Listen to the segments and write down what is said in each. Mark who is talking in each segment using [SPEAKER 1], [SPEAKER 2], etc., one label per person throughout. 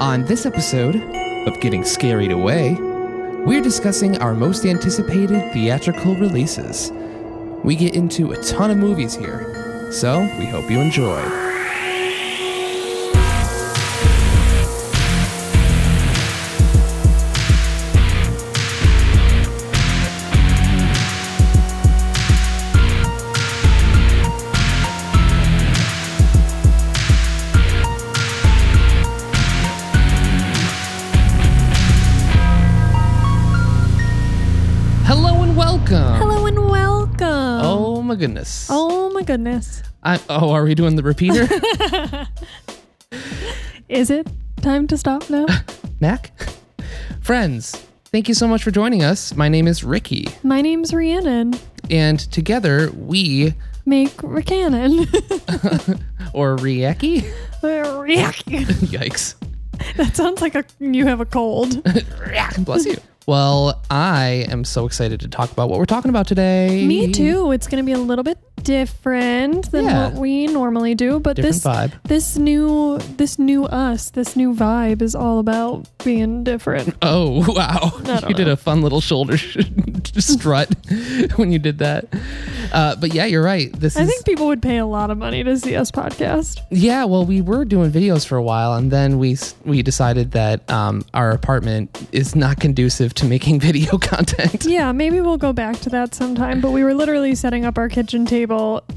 [SPEAKER 1] On this episode of Getting Scared Away, we're discussing our most anticipated theatrical releases. We get into a ton of movies here, so we hope you enjoy. Hello and welcome.
[SPEAKER 2] Hello and welcome. Oh,
[SPEAKER 1] Oh my goodness.
[SPEAKER 2] my goodness.
[SPEAKER 1] I, oh, are we doing the repeater,
[SPEAKER 2] Is it time to stop now?
[SPEAKER 1] Mac? Friends, thank you so much for joining us. My name is Ricky,
[SPEAKER 2] my name's Rhiannon.
[SPEAKER 1] and together we,
[SPEAKER 2] Make Ricannon.
[SPEAKER 1] or Rieki?
[SPEAKER 2] Riak.
[SPEAKER 1] Yikes.
[SPEAKER 2] that sounds like a you have a cold.
[SPEAKER 1] Bless you. Well, I am so excited to talk about what we're talking about today.
[SPEAKER 2] Me too. It's gonna be a little bit different than
[SPEAKER 1] Yeah.
[SPEAKER 2] what we normally do, but
[SPEAKER 1] Different
[SPEAKER 2] this
[SPEAKER 1] vibe.
[SPEAKER 2] this new this new us, this new vibe is all about being different.
[SPEAKER 1] Oh, wow.
[SPEAKER 2] don't
[SPEAKER 1] You did a fun little shoulder sh- strut when you did that. Uh, but yeah, you're right. This
[SPEAKER 2] I
[SPEAKER 1] is.
[SPEAKER 2] think people would pay a lot of money to see us podcast.
[SPEAKER 1] Yeah, well, we were doing videos for a while, and then we s- we decided that um, our apartment is not conducive to making video content.
[SPEAKER 2] Yeah, maybe we'll go back to that sometime, but we were literally setting up our kitchen table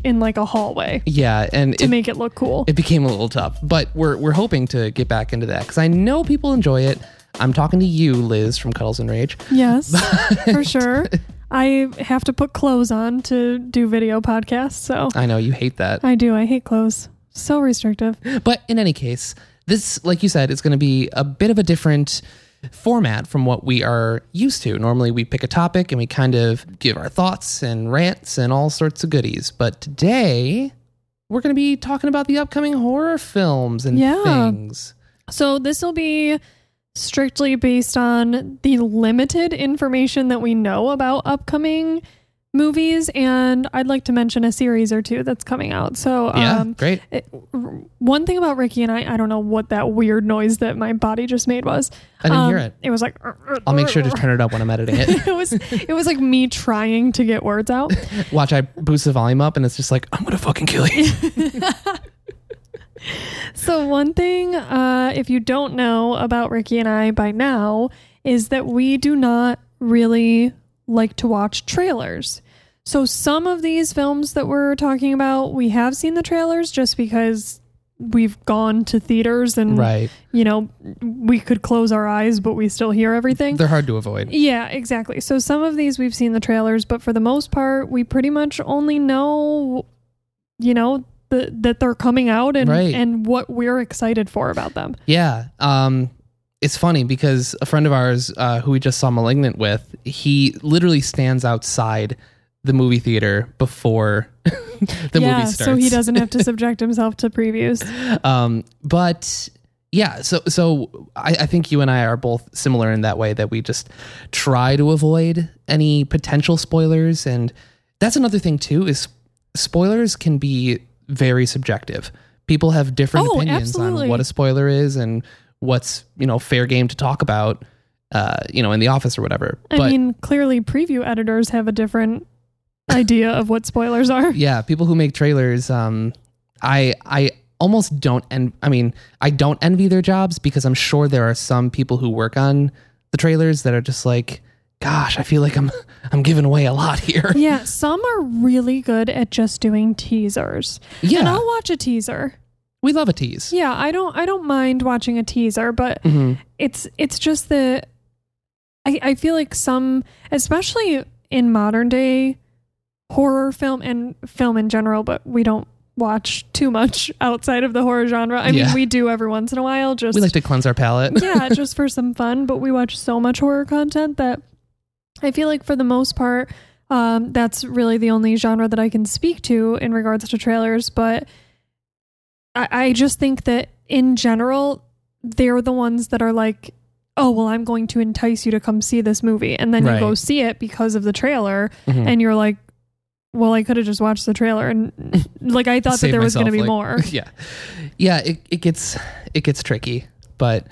[SPEAKER 2] in like a hallway
[SPEAKER 1] Yeah, and
[SPEAKER 2] to
[SPEAKER 1] it,
[SPEAKER 2] make it look cool.
[SPEAKER 1] it became a little tough, but we're we're hoping to get back into that because I know people enjoy it. I'm talking to you, Liz from Cuddles and Rage.
[SPEAKER 2] yes, for sure. I have to put clothes on to do video podcasts, so
[SPEAKER 1] I know you hate that,
[SPEAKER 2] I do. I hate clothes. So restrictive.
[SPEAKER 1] but in any case, this, like you said, it's going to be a bit of a different format from what we are used to. Normally, we pick a topic and we kind of give our thoughts and rants and all sorts of goodies, but today. We're going to be talking about the upcoming horror films and
[SPEAKER 2] Yeah.
[SPEAKER 1] things.
[SPEAKER 2] So this will be strictly based on the limited information that we know about upcoming movies and I'd like to mention a series or two that's coming out. So
[SPEAKER 1] Yeah,
[SPEAKER 2] um
[SPEAKER 1] great.
[SPEAKER 2] It, r- one thing about Ricky and I, I don't know what that weird noise that my body just made was.
[SPEAKER 1] I didn't hear it.
[SPEAKER 2] It was like
[SPEAKER 1] I'll make sure to turn it up when I'm editing it.
[SPEAKER 2] it was it was like me trying to get words out.
[SPEAKER 1] Watch, I boost the volume up, and it's just like I'm gonna fucking kill you.
[SPEAKER 2] So one thing, uh, if you don't know about Ricky and I by now, is that we do not really like to watch trailers. So some of these films that we're talking about, we have seen the trailers just because we've gone to theaters and
[SPEAKER 1] right?
[SPEAKER 2] you know, we could close our eyes, but we still hear everything.
[SPEAKER 1] They're hard to avoid.
[SPEAKER 2] yeah, exactly. So some of these we've seen the trailers, but for the most part, we pretty much only know, you know, the, that they're coming out and
[SPEAKER 1] Right.
[SPEAKER 2] and what we're excited for about them.
[SPEAKER 1] Yeah. Um, it's funny because a friend of ours uh, who we just saw *Malignant* with, he literally stands outside the movie theater before the
[SPEAKER 2] yeah,
[SPEAKER 1] movie starts.
[SPEAKER 2] so he doesn't have to subject himself to previews.
[SPEAKER 1] Um, but yeah, so so I, I think you and I are both similar in that way that we just try to avoid any potential spoilers, and that's another thing too is spoilers can be very subjective. People have different
[SPEAKER 2] Oh,
[SPEAKER 1] opinions on
[SPEAKER 2] absolutely.
[SPEAKER 1] what a spoiler is and what's you know fair game to talk about, uh, you know, in the office or whatever.
[SPEAKER 2] I
[SPEAKER 1] but
[SPEAKER 2] mean, clearly, preview editors have a different idea of what spoilers are.
[SPEAKER 1] yeah people who make trailers um i i almost don't and i mean i don't envy their jobs because i'm sure there are some people who work on the trailers that are just like gosh i feel like i'm i'm giving away a lot here
[SPEAKER 2] Yeah, some are really good at just doing teasers. And
[SPEAKER 1] yeah
[SPEAKER 2] I'll watch a teaser.
[SPEAKER 1] we love a tease
[SPEAKER 2] Yeah, I don't I don't mind watching a teaser, but
[SPEAKER 1] Mhm.
[SPEAKER 2] it's it's just the I, I feel like some especially in modern day horror film and film in general, but we don't watch too much outside of the horror genre. I
[SPEAKER 1] Yeah.
[SPEAKER 2] mean we do every once in a while just
[SPEAKER 1] we like to cleanse our palate
[SPEAKER 2] yeah, just for some fun, but we watch so much horror content that I feel like for the most part, um, that's really the only genre that I can speak to in regards to trailers. But I, I just think that in general, they're the ones that are like, oh, well, I'm going to entice you to come see this movie. And then
[SPEAKER 1] Right.
[SPEAKER 2] you go see it because of the trailer,
[SPEAKER 1] Mhm.
[SPEAKER 2] and you're like, well, I could have just watched the trailer. And like, I thought that
[SPEAKER 1] Save
[SPEAKER 2] there was
[SPEAKER 1] myself,
[SPEAKER 2] going to be
[SPEAKER 1] like-
[SPEAKER 2] more.
[SPEAKER 1] yeah yeah it, it gets it gets tricky But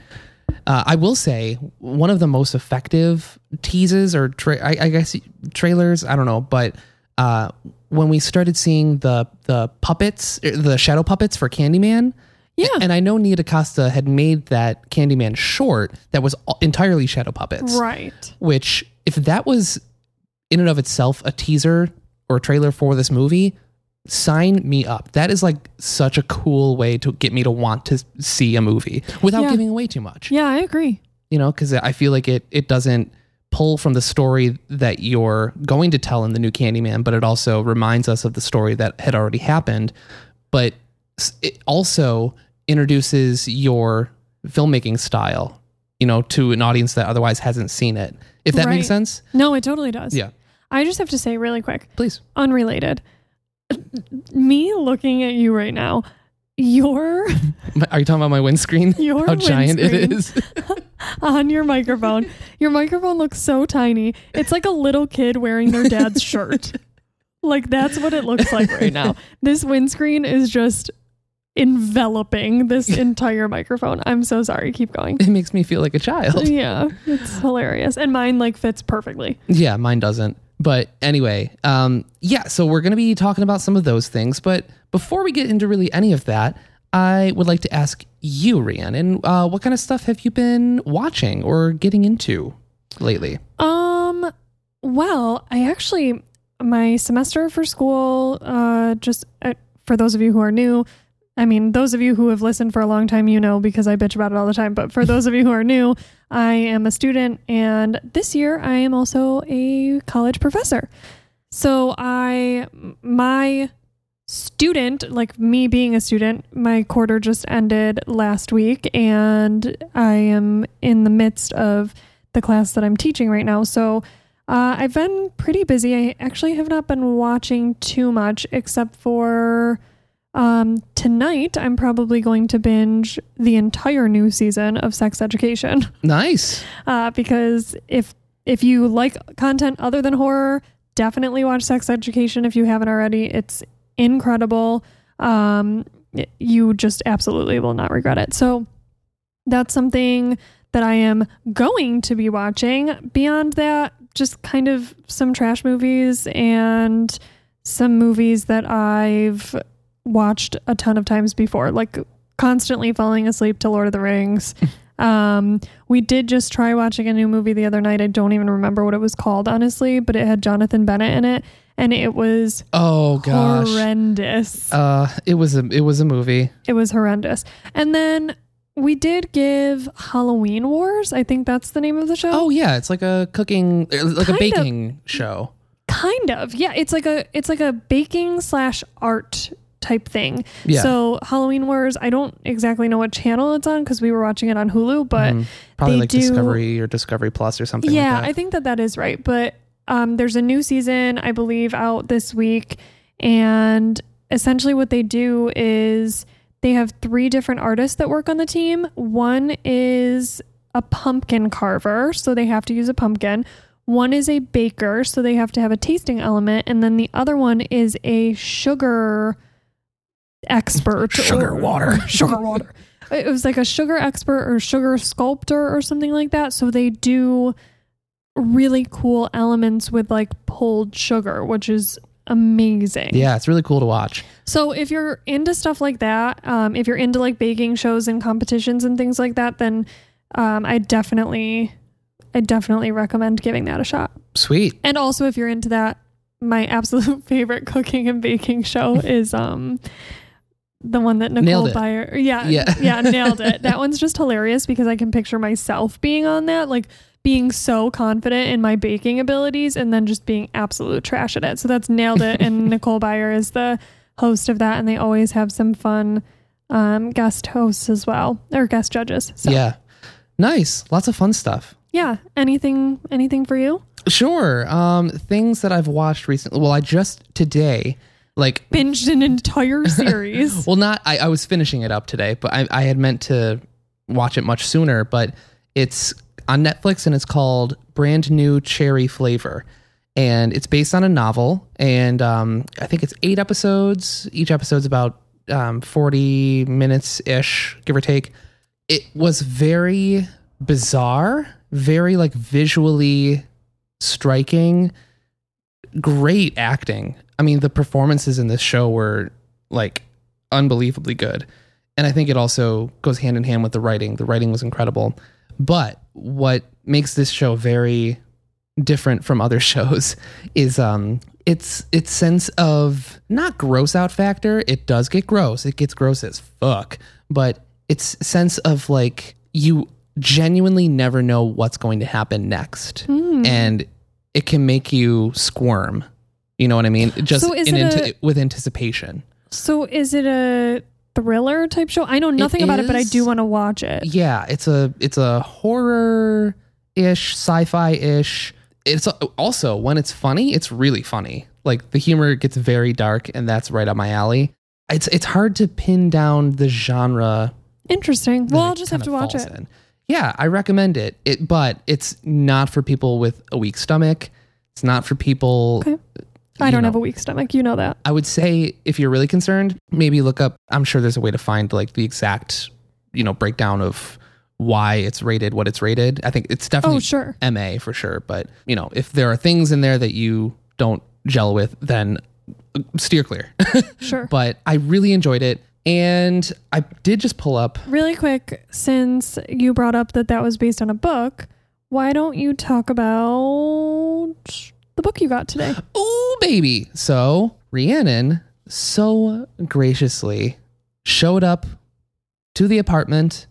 [SPEAKER 1] uh, I will say one of the most effective teases or tra- I, I guess trailers. I don't know, but uh, when we started seeing the the puppets, er, the shadow puppets for Candyman.
[SPEAKER 2] Yeah.
[SPEAKER 1] And I know Nia DaCosta had made that Candyman short that was all- entirely shadow puppets
[SPEAKER 2] Right.
[SPEAKER 1] which if that was in and of itself a teaser or a trailer for this movie sign me up that is like such a cool way to get me to want to see a movie without
[SPEAKER 2] Yeah.
[SPEAKER 1] giving away too much
[SPEAKER 2] Yeah, I agree.
[SPEAKER 1] you know because i feel like it it doesn't pull from the story that you're going to tell in the new candyman but it also reminds us of the story that had already happened but s- it also introduces your filmmaking style you know to an audience that otherwise hasn't seen it if that
[SPEAKER 2] Right.
[SPEAKER 1] makes sense
[SPEAKER 2] No, it totally does.
[SPEAKER 1] yeah
[SPEAKER 2] I just have to say really quick,
[SPEAKER 1] please
[SPEAKER 2] unrelated. Me looking at you right now, your
[SPEAKER 1] My- are you talking about my windscreen
[SPEAKER 2] Your
[SPEAKER 1] how giant it
[SPEAKER 2] windscreen.
[SPEAKER 1] is
[SPEAKER 2] on your microphone, your microphone looks so tiny. It's like a little kid wearing their dad's shirt. Like that's what it looks like right now. This windscreen is just enveloping this entire microphone. I'm so sorry. Keep going.
[SPEAKER 1] it makes me feel like a child
[SPEAKER 2] Yeah, it's hilarious. And mine like fits perfectly.
[SPEAKER 1] Yeah, mine doesn't. But anyway, um, yeah, so we're going to be talking about some of those things. But before we get into really any of that, I would like to ask you, Rhiannon, uh, what kind of stuff have you been watching or getting into lately?
[SPEAKER 2] Um, well, I actually my semester for school uh just uh, for those of you who are new, I mean, those of you who have listened for a long time, you know because I bitch about it all the time, but for those of you who are new, I am a student and this year I am also a college professor. So I my student, like me being a student, my quarter just ended last week and I am in the midst of the class that I'm teaching right now. So uh, I've been pretty busy. I actually have not been watching too much except for um, tonight. I'm probably going to binge the entire new season of Sex Education
[SPEAKER 1] Nice.
[SPEAKER 2] uh, because if if you like content other than horror, definitely watch Sex Education if you haven't already. It's incredible. Um, y- you just absolutely will not regret it. So that's something that I am going to be watching. Beyond that, just kind of some trash movies and some movies that I've watched a ton of times before, like constantly falling asleep to Lord of the Rings. um, we did just try watching a new movie the other night. I don't even remember what it was called, honestly, but it had Jonathan Bennett in it, and it was
[SPEAKER 1] Oh gosh.
[SPEAKER 2] horrendous.
[SPEAKER 1] Uh, it was a it was a movie.
[SPEAKER 2] It was horrendous. And then we did give Halloween Wars. I think that's the name of the show.
[SPEAKER 1] Oh yeah, it's like a cooking, er, like a
[SPEAKER 2] Kind of.
[SPEAKER 1] baking show.
[SPEAKER 2] kind of yeah it's like a it's like a baking slash art type thing
[SPEAKER 1] Yeah.
[SPEAKER 2] so halloween wars i don't exactly know what channel it's on because we were watching it on hulu but
[SPEAKER 1] Mhm. Probably
[SPEAKER 2] they
[SPEAKER 1] like
[SPEAKER 2] do-
[SPEAKER 1] Discovery or Discovery Plus or something.
[SPEAKER 2] yeah
[SPEAKER 1] like that.
[SPEAKER 2] i think that that is right but um, there's a new season i believe out this week and essentially what they do is they have three different artists that work on the team one is a pumpkin carver so they have to use a pumpkin one is a baker so they have to have a tasting element and then the other one is a sugar expert
[SPEAKER 1] Sugar
[SPEAKER 2] or-
[SPEAKER 1] water.
[SPEAKER 2] sugar water it was like a sugar expert or sugar sculptor or something like that so they do really cool elements with like pulled sugar which is amazing
[SPEAKER 1] yeah, it's really cool to watch.
[SPEAKER 2] so if you're into stuff like that, um, if you're into like baking shows and competitions and things like that, then um, I definitely, I definitely recommend giving that a shot.
[SPEAKER 1] Sweet.
[SPEAKER 2] And also, if you're into that, my absolute favorite cooking and baking show is um, the one that
[SPEAKER 1] Nailed
[SPEAKER 2] Nicole
[SPEAKER 1] it.
[SPEAKER 2] Byer. Yeah,
[SPEAKER 1] Yeah.
[SPEAKER 2] yeah, nailed it. That one's just hilarious because I can picture myself being on that, like being so confident in my baking abilities, and then just being absolute trash at it. So that's nailed it. and Nicole Byer is the host of that, and they always have some fun um, guest hosts as well or guest judges. So
[SPEAKER 1] Yeah. Nice. Lots of fun stuff.
[SPEAKER 2] yeah, anything, anything for you?
[SPEAKER 1] Sure. Um, things that I've watched recently. Well, I just today, like,
[SPEAKER 2] Binged an entire series.
[SPEAKER 1] well, not. I, I was finishing it up today, but I, I had meant to watch it much sooner. But it's on Netflix and it's called Brand New Cherry Flavor, and it's based on a novel. And um, I think it's eight episodes. Each episode's about um, forty minutes ish, give or take. it was very bizarre, very like visually striking, great acting. I mean, the performances in this show were like unbelievably good. And I think it also goes hand in hand with the writing. The writing was incredible. But what makes this show very different from other shows is um its its sense of not gross out factor. It does get gross. It gets gross as fuck. But its sense of like you genuinely never know what's going to happen next,
[SPEAKER 2] Hmm.
[SPEAKER 1] and it can make you squirm. You know what I mean? Just
[SPEAKER 2] So is
[SPEAKER 1] in
[SPEAKER 2] it
[SPEAKER 1] ante-
[SPEAKER 2] a-
[SPEAKER 1] with anticipation.
[SPEAKER 2] So is it a thriller type show? I know nothing about it, but I
[SPEAKER 1] is.
[SPEAKER 2] do want to watch it.
[SPEAKER 1] Yeah, it's a it's a horror ish, sci fi ish. It's a- also when it's funny, it's really funny. Like the humor gets very dark, and that's right up my alley. It's it's hard to pin down the genre.
[SPEAKER 2] Interesting.
[SPEAKER 1] that
[SPEAKER 2] Well, I'll
[SPEAKER 1] it
[SPEAKER 2] just have to
[SPEAKER 1] kinda
[SPEAKER 2] watch
[SPEAKER 1] falls
[SPEAKER 2] it.
[SPEAKER 1] in. Yeah, I recommend it. It but it's not for people with a weak stomach. It's not for people.
[SPEAKER 2] Okay. I
[SPEAKER 1] you
[SPEAKER 2] don't
[SPEAKER 1] know,
[SPEAKER 2] have a weak stomach. You know that.
[SPEAKER 1] I would say if you're really concerned, maybe look up. I'm sure there's a way to find like the exact, you know, breakdown of why it's rated, what it's rated. I think it's
[SPEAKER 2] Oh,
[SPEAKER 1] definitely
[SPEAKER 2] sure.
[SPEAKER 1] MA for sure. But you know, if there are things in there that you don't gel with, then uh, steer clear.
[SPEAKER 2] Sure.
[SPEAKER 1] but I really enjoyed it, and I did just pull up.
[SPEAKER 2] Really quick, since you brought up that that was based on a book, why don't you talk about the book you got today?
[SPEAKER 1] Ooh, baby. So Rhiannon so graciously showed up to the apartment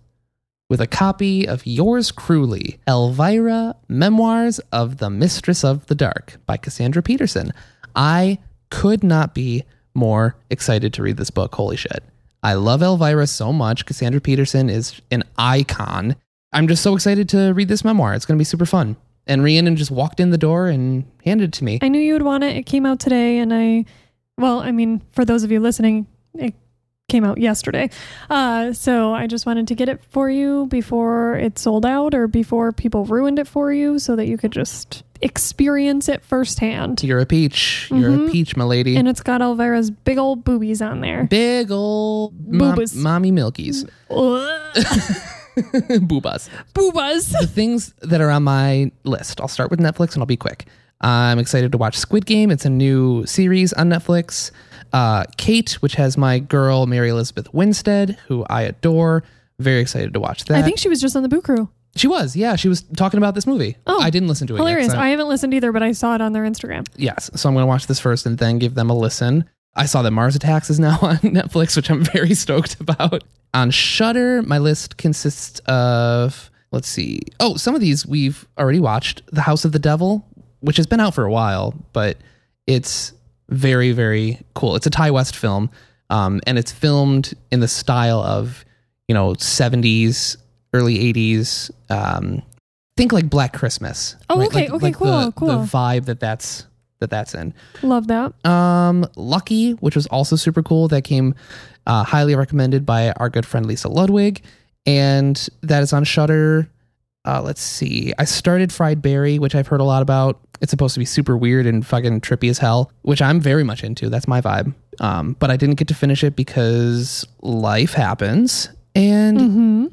[SPEAKER 1] with a copy of Yours Cruelly, Elvira Memoirs of the Mistress of the Dark by Cassandra Peterson. I could not be more excited to read this book. Holy shit. I love Elvira so much. Cassandra Peterson is an icon. I'm just so excited to read this memoir. It's going to be super fun. And Rhiannon just walked in the door and handed it to me.
[SPEAKER 2] I knew you would want it. It came out today, and I, well, I mean, for those of you listening, it came out yesterday. Uh, so I just wanted to get it for you before it sold out or before people ruined it for you so that you could just experience it firsthand.
[SPEAKER 1] You're a peach. You're a peach, my lady.
[SPEAKER 2] Mm-hmm. And it's got Elvira's big old boobies on there.
[SPEAKER 1] Big old mom-
[SPEAKER 2] Boobas.
[SPEAKER 1] mommy milkies.
[SPEAKER 2] Ugh.
[SPEAKER 1] Boobas.
[SPEAKER 2] Boobas.
[SPEAKER 1] The things that are on my list. I'll start with Netflix and I'll be quick. I'm excited to watch Squid Game. It's a new series on Netflix. Uh, Kate, which has my girl Mary Elizabeth Winstead, who I adore. Very excited to watch
[SPEAKER 2] I
[SPEAKER 1] that.
[SPEAKER 2] think she was just on the Boo Crew.
[SPEAKER 1] she was. Yeah, she was talking about this movie.
[SPEAKER 2] Oh,
[SPEAKER 1] I didn't listen to it. yet 'cause
[SPEAKER 2] Hilarious.
[SPEAKER 1] I-
[SPEAKER 2] I haven't listened either, but I saw it on their Instagram.
[SPEAKER 1] yes. So I'm going to watch this first and then give them a listen. I saw that Mars Attacks is now on Netflix, which I'm very stoked about. On Shudder, my list consists of let's see. Oh, some of these we've already watched. The House of the Devil, which has been out for a while, but it's very very cool. It's a Thai West film, um, and it's filmed in the style of you know 70s, early 80s. Um, think like Black Christmas.
[SPEAKER 2] Oh, okay,
[SPEAKER 1] Like-
[SPEAKER 2] okay,
[SPEAKER 1] like
[SPEAKER 2] cool,
[SPEAKER 1] the,
[SPEAKER 2] cool.
[SPEAKER 1] The vibe that that's that that's in.
[SPEAKER 2] Love that.
[SPEAKER 1] Um, Lucky, which was also super cool, that came uh, highly recommended by our good friend Lisa Ludwig, and that is on Shutter. Uh, let's see. I started Fried Berry, which I've heard a lot about. It's supposed to be super weird and fucking trippy as hell, which I'm very much into. That's my vibe. Um, but I didn't get to finish it because life happens. And
[SPEAKER 2] Mm-hmm.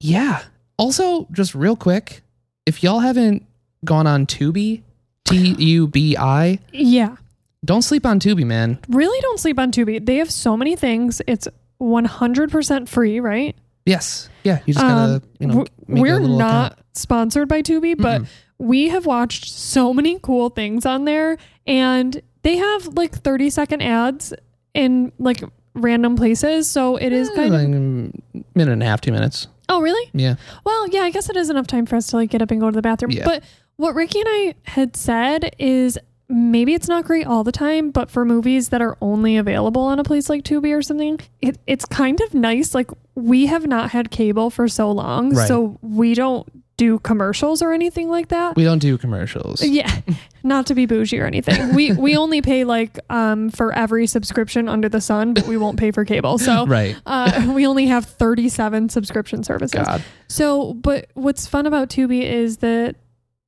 [SPEAKER 1] yeah. Also, just real quick, if y'all haven't gone on Tubi, T U B I,
[SPEAKER 2] Yeah.
[SPEAKER 1] don't sleep on Tubi, man.
[SPEAKER 2] Really don't sleep on Tubi. They have so many things. It's 100% free, right?
[SPEAKER 1] Yes. Yeah. You just gotta,
[SPEAKER 2] Um,
[SPEAKER 1] you know,
[SPEAKER 2] w-
[SPEAKER 1] make a
[SPEAKER 2] we're
[SPEAKER 1] little
[SPEAKER 2] not
[SPEAKER 1] account.
[SPEAKER 2] sponsored by Tubi, but we have watched so many cool things on there, and they have like 30 second ads in like random places. So it is kind of.
[SPEAKER 1] Uh, Like, mm, minute and a half, two minutes.
[SPEAKER 2] Oh, really?
[SPEAKER 1] Yeah.
[SPEAKER 2] Well, yeah, I guess it is enough time for us to like get up and go to the bathroom.
[SPEAKER 1] Yeah.
[SPEAKER 2] But what Ricky and I had said is maybe it's not great all the time, but for movies that are only available on a place like Tubi or something, it, it's kind of nice. Like we have not had cable for so long,
[SPEAKER 1] Right.
[SPEAKER 2] so we don't do commercials or anything like that.
[SPEAKER 1] We don't do commercials.
[SPEAKER 2] yeah, not to be bougie or anything. We we only pay like um for every subscription under the sun, but we won't pay for cable. So
[SPEAKER 1] Right.
[SPEAKER 2] uh, we only have 37 subscription services.
[SPEAKER 1] God.
[SPEAKER 2] So, but what's fun about Tubi is that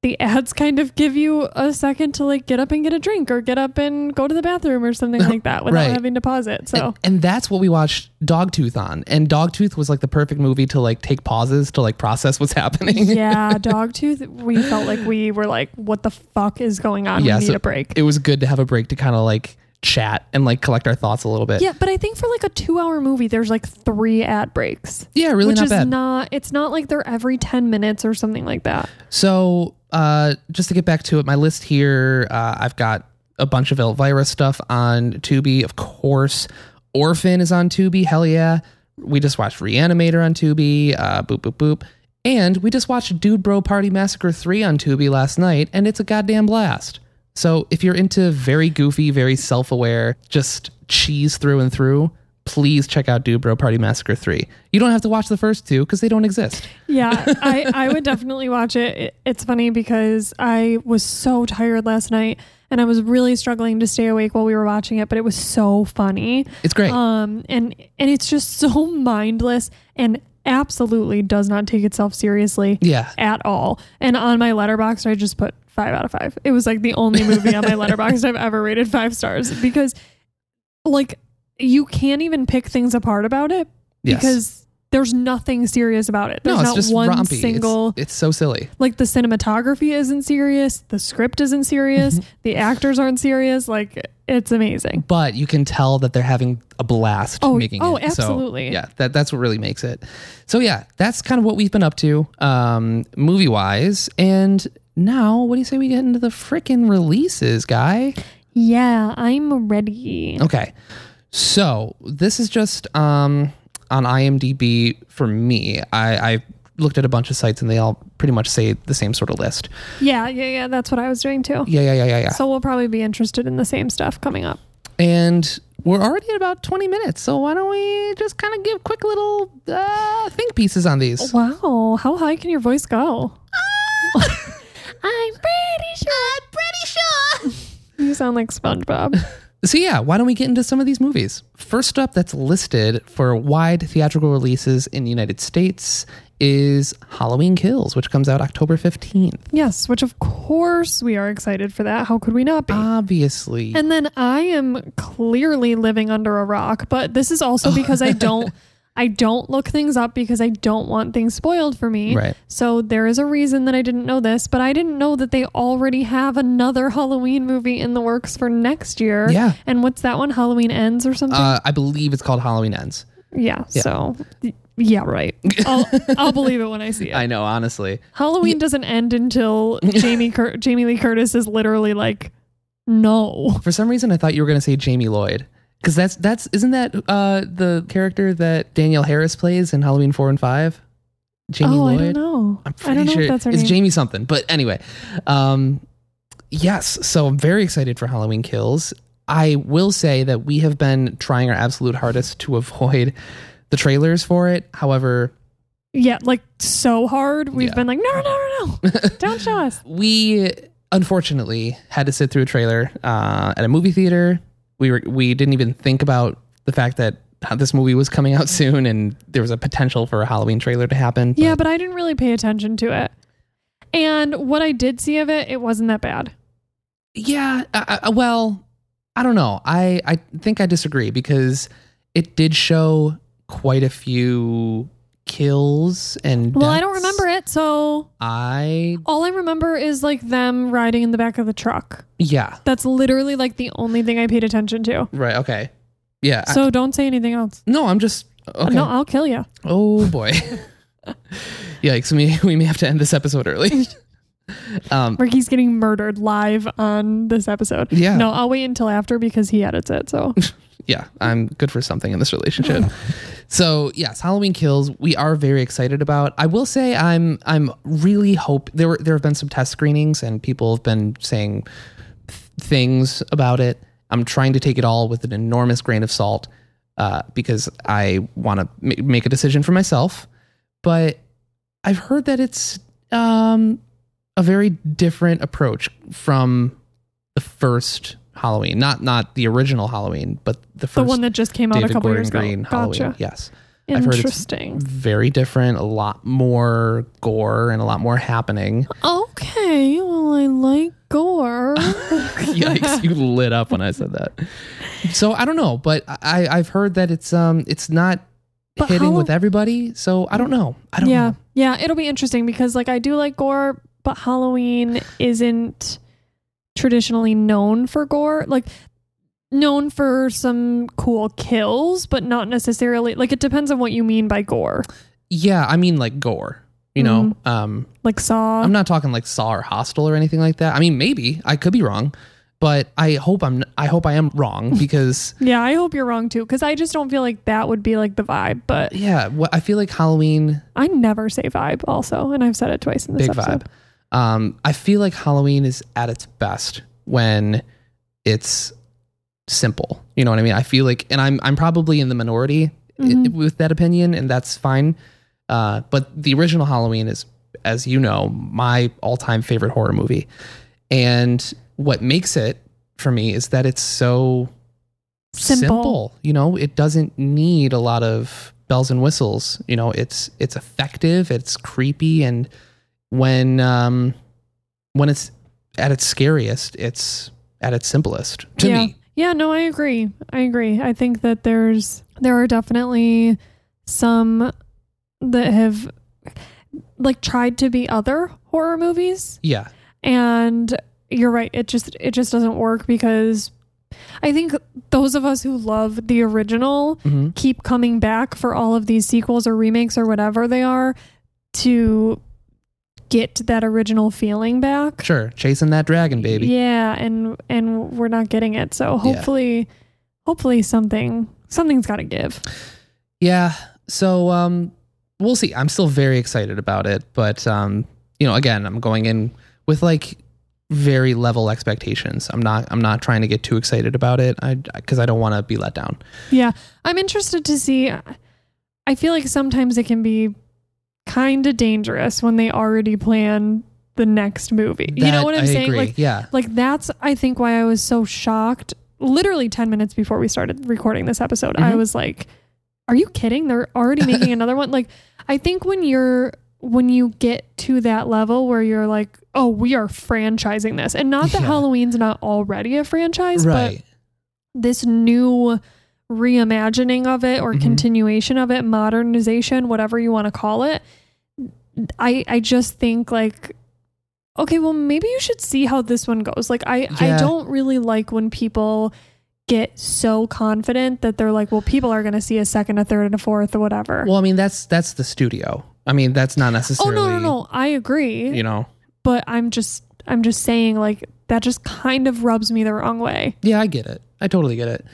[SPEAKER 2] the ads kind of give you a second to like get up and get a drink or get up and go to the bathroom or something like that without
[SPEAKER 1] Right.
[SPEAKER 2] having to pause it. So
[SPEAKER 1] And, and that's what we watched Dogtooth on. And Dogtooth was like the perfect movie to like take pauses to like process what's happening.
[SPEAKER 2] yeah, Dogtooth, we felt like we were like, what the fuck is going on?
[SPEAKER 1] Yeah,
[SPEAKER 2] we need
[SPEAKER 1] so-
[SPEAKER 2] a break.
[SPEAKER 1] It was good to have a break to kind of like chat and like collect our thoughts a little bit.
[SPEAKER 2] yeah, but I think for like a two hour movie, there's like three ad breaks.
[SPEAKER 1] Yeah, really
[SPEAKER 2] which
[SPEAKER 1] not
[SPEAKER 2] is
[SPEAKER 1] bad.
[SPEAKER 2] not it's not like they're every 10 minutes or something like that
[SPEAKER 1] So, uh, just to get back to it, my list here, uh, I've got a bunch of Elvira stuff on Tubi, of course. Orphan is on Tubi, hell yeah. We just watched Reanimator on Tubi, uh, boop, boop, boop. And we just watched Dude Bro Party Massacre 3 on Tubi last night, and it's a goddamn blast. So, if you're into very goofy, very self aware, just cheese through and through, please check out Dude Bro Party Massacre 3. You don't have to watch the first two because they don't exist.
[SPEAKER 2] yeah i i would definitely watch it. it it's funny because i was so tired last night and i was really struggling to stay awake while we were watching it but it was so funny
[SPEAKER 1] It's great.
[SPEAKER 2] um and and it's just so mindless and absolutely does not take itself seriously
[SPEAKER 1] yeah.
[SPEAKER 2] at all and on my letterbox i just put five out of five it was like the only movie on my letterbox i've ever rated five stars because like you can't even pick things apart about it
[SPEAKER 1] Yes.
[SPEAKER 2] because there's nothing serious about it. There's
[SPEAKER 1] no, it's
[SPEAKER 2] not
[SPEAKER 1] just
[SPEAKER 2] one
[SPEAKER 1] rompy. It's-
[SPEAKER 2] single
[SPEAKER 1] It's, so silly.
[SPEAKER 2] like the cinematography isn't serious, the script isn't serious,
[SPEAKER 1] Mm-hmm.
[SPEAKER 2] the actors aren't serious. Like it's amazing.
[SPEAKER 1] But you can tell that they're having a blast
[SPEAKER 2] Oh,
[SPEAKER 1] making
[SPEAKER 2] oh,
[SPEAKER 1] it. So,
[SPEAKER 2] absolutely.
[SPEAKER 1] yeah, that, that's what really makes it. So yeah, that's kind of what we've been up to, um, movie wise. And now, what do you say we get into the freaking releases, guy?
[SPEAKER 2] Yeah, I'm ready.
[SPEAKER 1] Okay. So this is just um, on IMDb for me. I, I looked at a bunch of sites and they all pretty much say the same sort of list.
[SPEAKER 2] Yeah, yeah, yeah. That's what I was doing too.
[SPEAKER 1] Yeah, yeah, yeah, yeah, yeah.
[SPEAKER 2] So we'll probably be interested in the same stuff coming up.
[SPEAKER 1] and we're already at about 20 minutes so why don't we just kind of give quick little uh, think pieces on these
[SPEAKER 2] Wow, how high can your voice go?
[SPEAKER 1] Ah! i'm pretty sure i'm pretty sure
[SPEAKER 2] You sound like SpongeBob.
[SPEAKER 1] so yeah why don't we get into some of these movies first up that's listed for wide theatrical releases in the united states is halloween kills which comes out october 15th
[SPEAKER 2] yes, which of course we are excited for that. How could we not be?
[SPEAKER 1] Ah. obviously
[SPEAKER 2] And then I am clearly living under a rock, but this is also because I don't I don't look things up because I don't want things spoiled for me.
[SPEAKER 1] Right.
[SPEAKER 2] So there is a reason that I didn't know this, but I didn't know that they already have another Halloween movie in the works for next year.
[SPEAKER 1] Yeah.
[SPEAKER 2] And what's that one? Halloween Ends or something?
[SPEAKER 1] uh, i believe it's called halloween ends
[SPEAKER 2] yeah, So y- yeah, right. I'll I'll believe it when I see it.
[SPEAKER 1] i know honestly
[SPEAKER 2] Halloween doesn't end until Jamie Cur- Jamie Lee Curtis is literally like no.
[SPEAKER 1] For some reason, I thought you were going to say Jamie Lloyd because that's that's isn't that uh, the character that Danielle Harris plays in Halloween four and five? Jamie
[SPEAKER 2] oh,
[SPEAKER 1] Lloyd.
[SPEAKER 2] I don't know.
[SPEAKER 1] I'm
[SPEAKER 2] I
[SPEAKER 1] pretty
[SPEAKER 2] don't know
[SPEAKER 1] sure
[SPEAKER 2] if that's her
[SPEAKER 1] it's
[SPEAKER 2] name.
[SPEAKER 1] Jamie something. But anyway, um, yes. So I'm very excited for Halloween Kills. I will say that we have been trying our absolute hardest to avoid the trailers for it. However,
[SPEAKER 2] yeah, like so hard. We've
[SPEAKER 1] Yeah.
[SPEAKER 2] been like, no, no, no, no, no. don't show us.
[SPEAKER 1] we unfortunately had to sit through a trailer uh, at a movie theater. We were we didn't even think about the fact that uh, this movie was coming out soon, and there was a potential for a Halloween trailer to happen.
[SPEAKER 2] Yeah, but I didn't really pay attention to it. And what I did see of it, it wasn't that bad.
[SPEAKER 1] yeah. I, I, well, I don't know. I I think I disagree because it did show quite a few kills and.
[SPEAKER 2] Well, I don't
[SPEAKER 1] deaths.
[SPEAKER 2] remember it, so
[SPEAKER 1] I
[SPEAKER 2] all I remember is like them riding in the back of the truck.
[SPEAKER 1] yeah
[SPEAKER 2] That's literally like the only thing I paid attention to.
[SPEAKER 1] right okay yeah I-
[SPEAKER 2] So don't say anything else.
[SPEAKER 1] no I'm just okay
[SPEAKER 2] No, I'll kill you.
[SPEAKER 1] Oh boy. Yikes, we, we may have to end this episode early. um,
[SPEAKER 2] Ricky's getting murdered live on this episode.
[SPEAKER 1] Yeah.
[SPEAKER 2] No, I'll wait until after because he edits it. So
[SPEAKER 1] yeah, I'm good for something in this relationship. so yes, Halloween Kills, we are very excited about. I will say I'm I'm really hope there were there have been some test screenings and people have been saying th- things about it. I'm trying to take it all with an enormous grain of salt uh, because I want to ma- make a decision for myself. But I've heard that it's um, a very different approach from the first Halloween, not not the original Halloween, but the
[SPEAKER 2] the
[SPEAKER 1] first
[SPEAKER 2] one that just came out
[SPEAKER 1] David
[SPEAKER 2] a couple
[SPEAKER 1] Gordon
[SPEAKER 2] years
[SPEAKER 1] Green
[SPEAKER 2] ago.
[SPEAKER 1] Halloween.
[SPEAKER 2] Gotcha.
[SPEAKER 1] Yes, I've heard it's
[SPEAKER 2] Interesting.
[SPEAKER 1] very different, a lot more gore and a lot more happening.
[SPEAKER 2] Okay, well, I like gore.
[SPEAKER 1] Yikes, you lit up when I said that. So I don't know, but I, I've heard that it's um it's not
[SPEAKER 2] But
[SPEAKER 1] hitting
[SPEAKER 2] how-
[SPEAKER 1] with everybody, so I don't know. I don't
[SPEAKER 2] yeah,
[SPEAKER 1] know.
[SPEAKER 2] yeah, it'll be interesting because like I do like gore, but Halloween isn't traditionally known for gore. Like known for some cool kills, but not necessarily like it depends on what you mean by gore.
[SPEAKER 1] Yeah, I mean like gore. You know,
[SPEAKER 2] Mm-hmm.
[SPEAKER 1] um,
[SPEAKER 2] Like Saw.
[SPEAKER 1] I'm not talking like Saw or Hostel or anything like that. I mean, maybe I could be wrong, but I hope I'm. I hope I am wrong because
[SPEAKER 2] yeah, I hope you're wrong too cuz I just don't feel like that would be like the vibe, but
[SPEAKER 1] yeah, what, I feel like Halloween
[SPEAKER 2] I never say vibe also, and I've said it twice in this
[SPEAKER 1] big
[SPEAKER 2] episode.
[SPEAKER 1] vibe. Um, I feel like Halloween is at its best when it's simple. You know what I mean? I feel like, and I'm I'm probably in the minority i-
[SPEAKER 2] Mm-hmm.
[SPEAKER 1] with that opinion, and that's fine. Uh, but the original Halloween is, as you know, my all-time favorite horror movie, and what makes it for me is that it's so
[SPEAKER 2] Simple.
[SPEAKER 1] You know, it doesn't need a lot of bells and whistles. You know, it's it's effective, it's creepy, and when um when it's at its scariest, it's at its simplest to
[SPEAKER 2] yeah.
[SPEAKER 1] me.
[SPEAKER 2] Yeah, no, I agree. I agree. I think that there's there are definitely some that have like tried to be other horror movies
[SPEAKER 1] Yeah.
[SPEAKER 2] and you're right it just it just doesn't work because I think those of us who love the original
[SPEAKER 1] hmm
[SPEAKER 2] keep coming back for all of these sequels or remakes or whatever they are to get that original feeling back.
[SPEAKER 1] Sure. Chasing that dragon, baby.
[SPEAKER 2] Yeah, and and we're not getting it. So hopefully hopefully something something's got to give.
[SPEAKER 1] Yeah. So um we'll see. I'm still very excited about it, but um you know, again, I'm going in with like very level expectations. I'm not I'm not trying to get too excited about it. I cuz I don't want to be let down.
[SPEAKER 2] Yeah. I'm interested to see I feel like sometimes it can be kind of dangerous when they already plan the next movie. you know
[SPEAKER 1] That
[SPEAKER 2] what I'm
[SPEAKER 1] I
[SPEAKER 2] saying?
[SPEAKER 1] agree.
[SPEAKER 2] Like
[SPEAKER 1] yeah.
[SPEAKER 2] Like that's I think why I was so shocked. Literally 10 minutes before we started recording this episode, I
[SPEAKER 1] Mhm.
[SPEAKER 2] was like, are you kidding? They're already making another one. Like I think when you're when you get to that level where you're like, oh, we are franchising this. And not that
[SPEAKER 1] Yeah.
[SPEAKER 2] Halloween's not already a franchise,
[SPEAKER 1] Right.
[SPEAKER 2] but this new reimagining of it or
[SPEAKER 1] Mhm.
[SPEAKER 2] continuation of it, modernization, whatever you want to call it. I I just think like okay, well maybe you should see how this one goes. Like I I
[SPEAKER 1] Yeah.
[SPEAKER 2] don't really like when people get so confident that they're like, well people are going to see a second, a third and a fourth or whatever.
[SPEAKER 1] Well, I mean, that's that's the studio. I mean, that's not
[SPEAKER 2] oh
[SPEAKER 1] necessarily
[SPEAKER 2] no, no, no. I agree,
[SPEAKER 1] you know.
[SPEAKER 2] but I'm just I'm just saying like that just kind of rubs me the wrong way.
[SPEAKER 1] Yeah, I get it. I totally get it.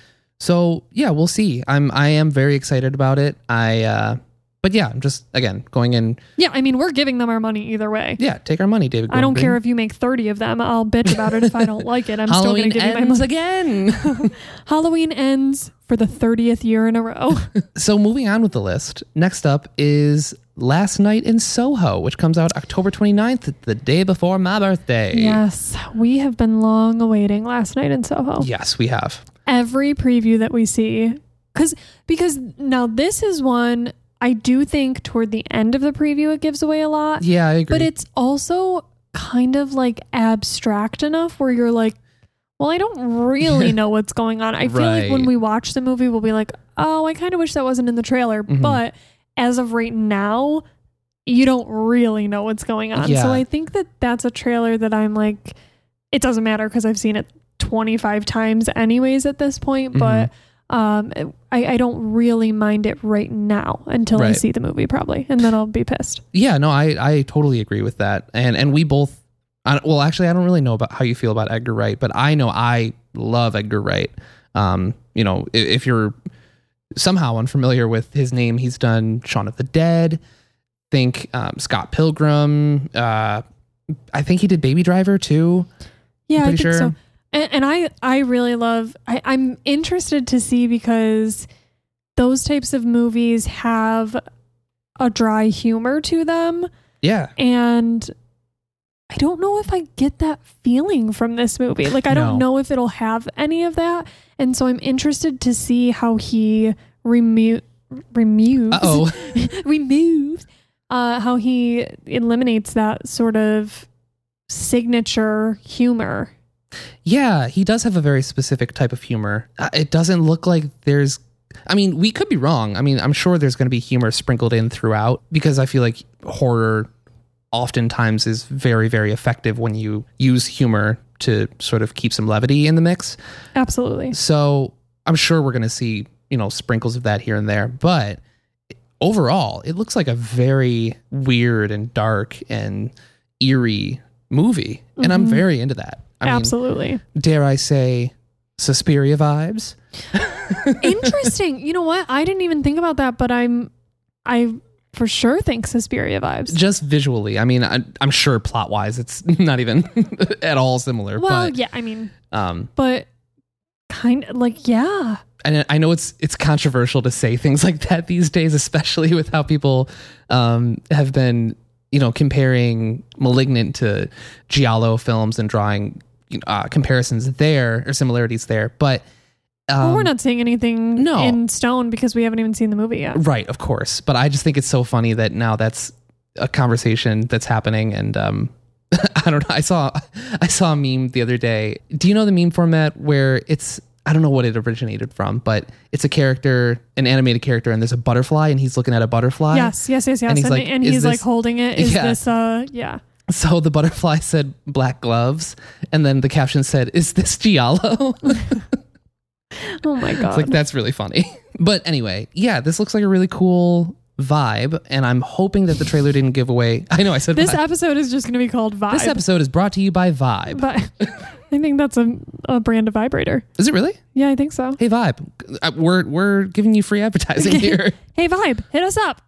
[SPEAKER 1] So, yeah, we'll see. I'm I am very excited about it. I uh but yeah, I'm just again going in.
[SPEAKER 2] Yeah, I mean, we're giving them our money either way.
[SPEAKER 1] Yeah, take our money, David.
[SPEAKER 2] I don't
[SPEAKER 1] Gordon Green.
[SPEAKER 2] care if you make 30 of them. I'll bitch about it if I don't like it. I'm still going
[SPEAKER 1] Halloween
[SPEAKER 2] to give you my
[SPEAKER 1] ends
[SPEAKER 2] money.
[SPEAKER 1] again.
[SPEAKER 2] Halloween ends for the 30th year in a row.
[SPEAKER 1] so moving on with the list. Next up is Last Night in Soho, which comes out October 29th, the day before my birthday.
[SPEAKER 2] yes, we have been long awaiting last night in Soho.
[SPEAKER 1] Yes, we have.
[SPEAKER 2] Every preview that we see cuz because now this is one I do think toward the end of the preview it gives away a lot,
[SPEAKER 1] Yeah, I agree.
[SPEAKER 2] but it's also kind of like abstract enough where you're like well, I don't really know what's going on. I feel like when
[SPEAKER 1] Right.
[SPEAKER 2] we watch the movie, we'll be like, oh, I kind of wish that wasn't in the trailer.
[SPEAKER 1] Mhm.
[SPEAKER 2] But as of right now, you don't really know what's going on.
[SPEAKER 1] Yeah.
[SPEAKER 2] So I think that that's a trailer that I'm like, it doesn't matter because I've seen it 25 times, anyways, at this point.
[SPEAKER 1] Mm-hmm.
[SPEAKER 2] But um, I, I don't really mind it right now until I
[SPEAKER 1] Right.
[SPEAKER 2] see the movie, probably. And then I'll be pissed.
[SPEAKER 1] Yeah, no, I I totally agree with that. And and we both I, well, actually I don't really know about how you feel about Edgar Wright, but I know I love Edgar Wright. Um, you know, if, if you're somehow unfamiliar with his name, he's done Shaun of the Dead, think um, Scott Pilgrim, uh I think he did Baby Driver too.
[SPEAKER 2] Yeah, I
[SPEAKER 1] pretty
[SPEAKER 2] think so.
[SPEAKER 1] sure.
[SPEAKER 2] And, and I, I really love. I, I'm interested to see because those types of movies have a dry humor to them,
[SPEAKER 1] Yeah.
[SPEAKER 2] and I don't know if I get that feeling from this movie. Like, I don't
[SPEAKER 1] No.
[SPEAKER 2] know if it'll have any of that, and so I'm interested to see how he remu- removes
[SPEAKER 1] Uh oh.
[SPEAKER 2] removes uh, how he eliminates that sort of signature humor.
[SPEAKER 1] Yeah, he does have a very specific type of humor. Uh, It doesn't look like there's. I mean, we could be wrong. I mean, I'm sure there's going to be humor sprinkled in throughout because I feel like horror oftentimes is very, very effective when you use humor to sort of keep some levity in the mix.
[SPEAKER 2] Absolutely.
[SPEAKER 1] So I'm sure we're going to see, you know, sprinkles of that here and there. But overall, it looks like a very weird and dark and eerie movie. And I'm very into that. I mean,
[SPEAKER 2] Absolutely.
[SPEAKER 1] dare I say, Suspiria vibes.
[SPEAKER 2] Interesting. You know what? I didn't even think about that, but I'm I for sure think Suspiria vibes.
[SPEAKER 1] Just visually, I mean, I, I'm sure plot wise, it's not even at all similar.
[SPEAKER 2] Well,
[SPEAKER 1] but
[SPEAKER 2] yeah, I mean,
[SPEAKER 1] um,
[SPEAKER 2] but kind of like yeah.
[SPEAKER 1] and I know it's it's controversial to say things like that these days, especially with how people um, have been, you know, comparing *Malignant* to giallo films and drawing you know, uh, comparisons there or similarities there. But
[SPEAKER 2] Well, we're not saying anything
[SPEAKER 1] Um, no.
[SPEAKER 2] in stone because we haven't even seen the movie yet.
[SPEAKER 1] Right, of course. But I just think it's so funny that now that's a conversation that's happening and um I don't know. I saw I saw a meme the other day. Do you know the meme format where it's I don't know what it originated from, but it's a character, an animated character, and there's a butterfly and he's looking at a butterfly.
[SPEAKER 2] Yes, yes, yes, yes.
[SPEAKER 1] And
[SPEAKER 2] And
[SPEAKER 1] he's
[SPEAKER 2] he's,
[SPEAKER 1] like,
[SPEAKER 2] and,
[SPEAKER 1] "Is
[SPEAKER 2] he's like
[SPEAKER 1] this-
[SPEAKER 2] holding it. Is
[SPEAKER 1] Yeah.
[SPEAKER 2] this uh yeah.
[SPEAKER 1] So the butterfly said black gloves and then the caption said, Is this Giallo?
[SPEAKER 2] Oh my god.
[SPEAKER 1] It's like that's really funny. But anyway, yeah, this looks like a really cool vibe, and I'm hoping that the trailer didn't give away I know I said
[SPEAKER 2] this
[SPEAKER 1] vibe.
[SPEAKER 2] episode is just going to be called Vibe.
[SPEAKER 1] This episode is brought to you by Vibe.
[SPEAKER 2] Vi- I think that's a, a brand of vibrator.
[SPEAKER 1] Is it really?
[SPEAKER 2] Yeah, I think so.
[SPEAKER 1] Hey, Vibe, uh, we're we're giving you free advertising here.
[SPEAKER 2] Hey, Vibe, hit us up.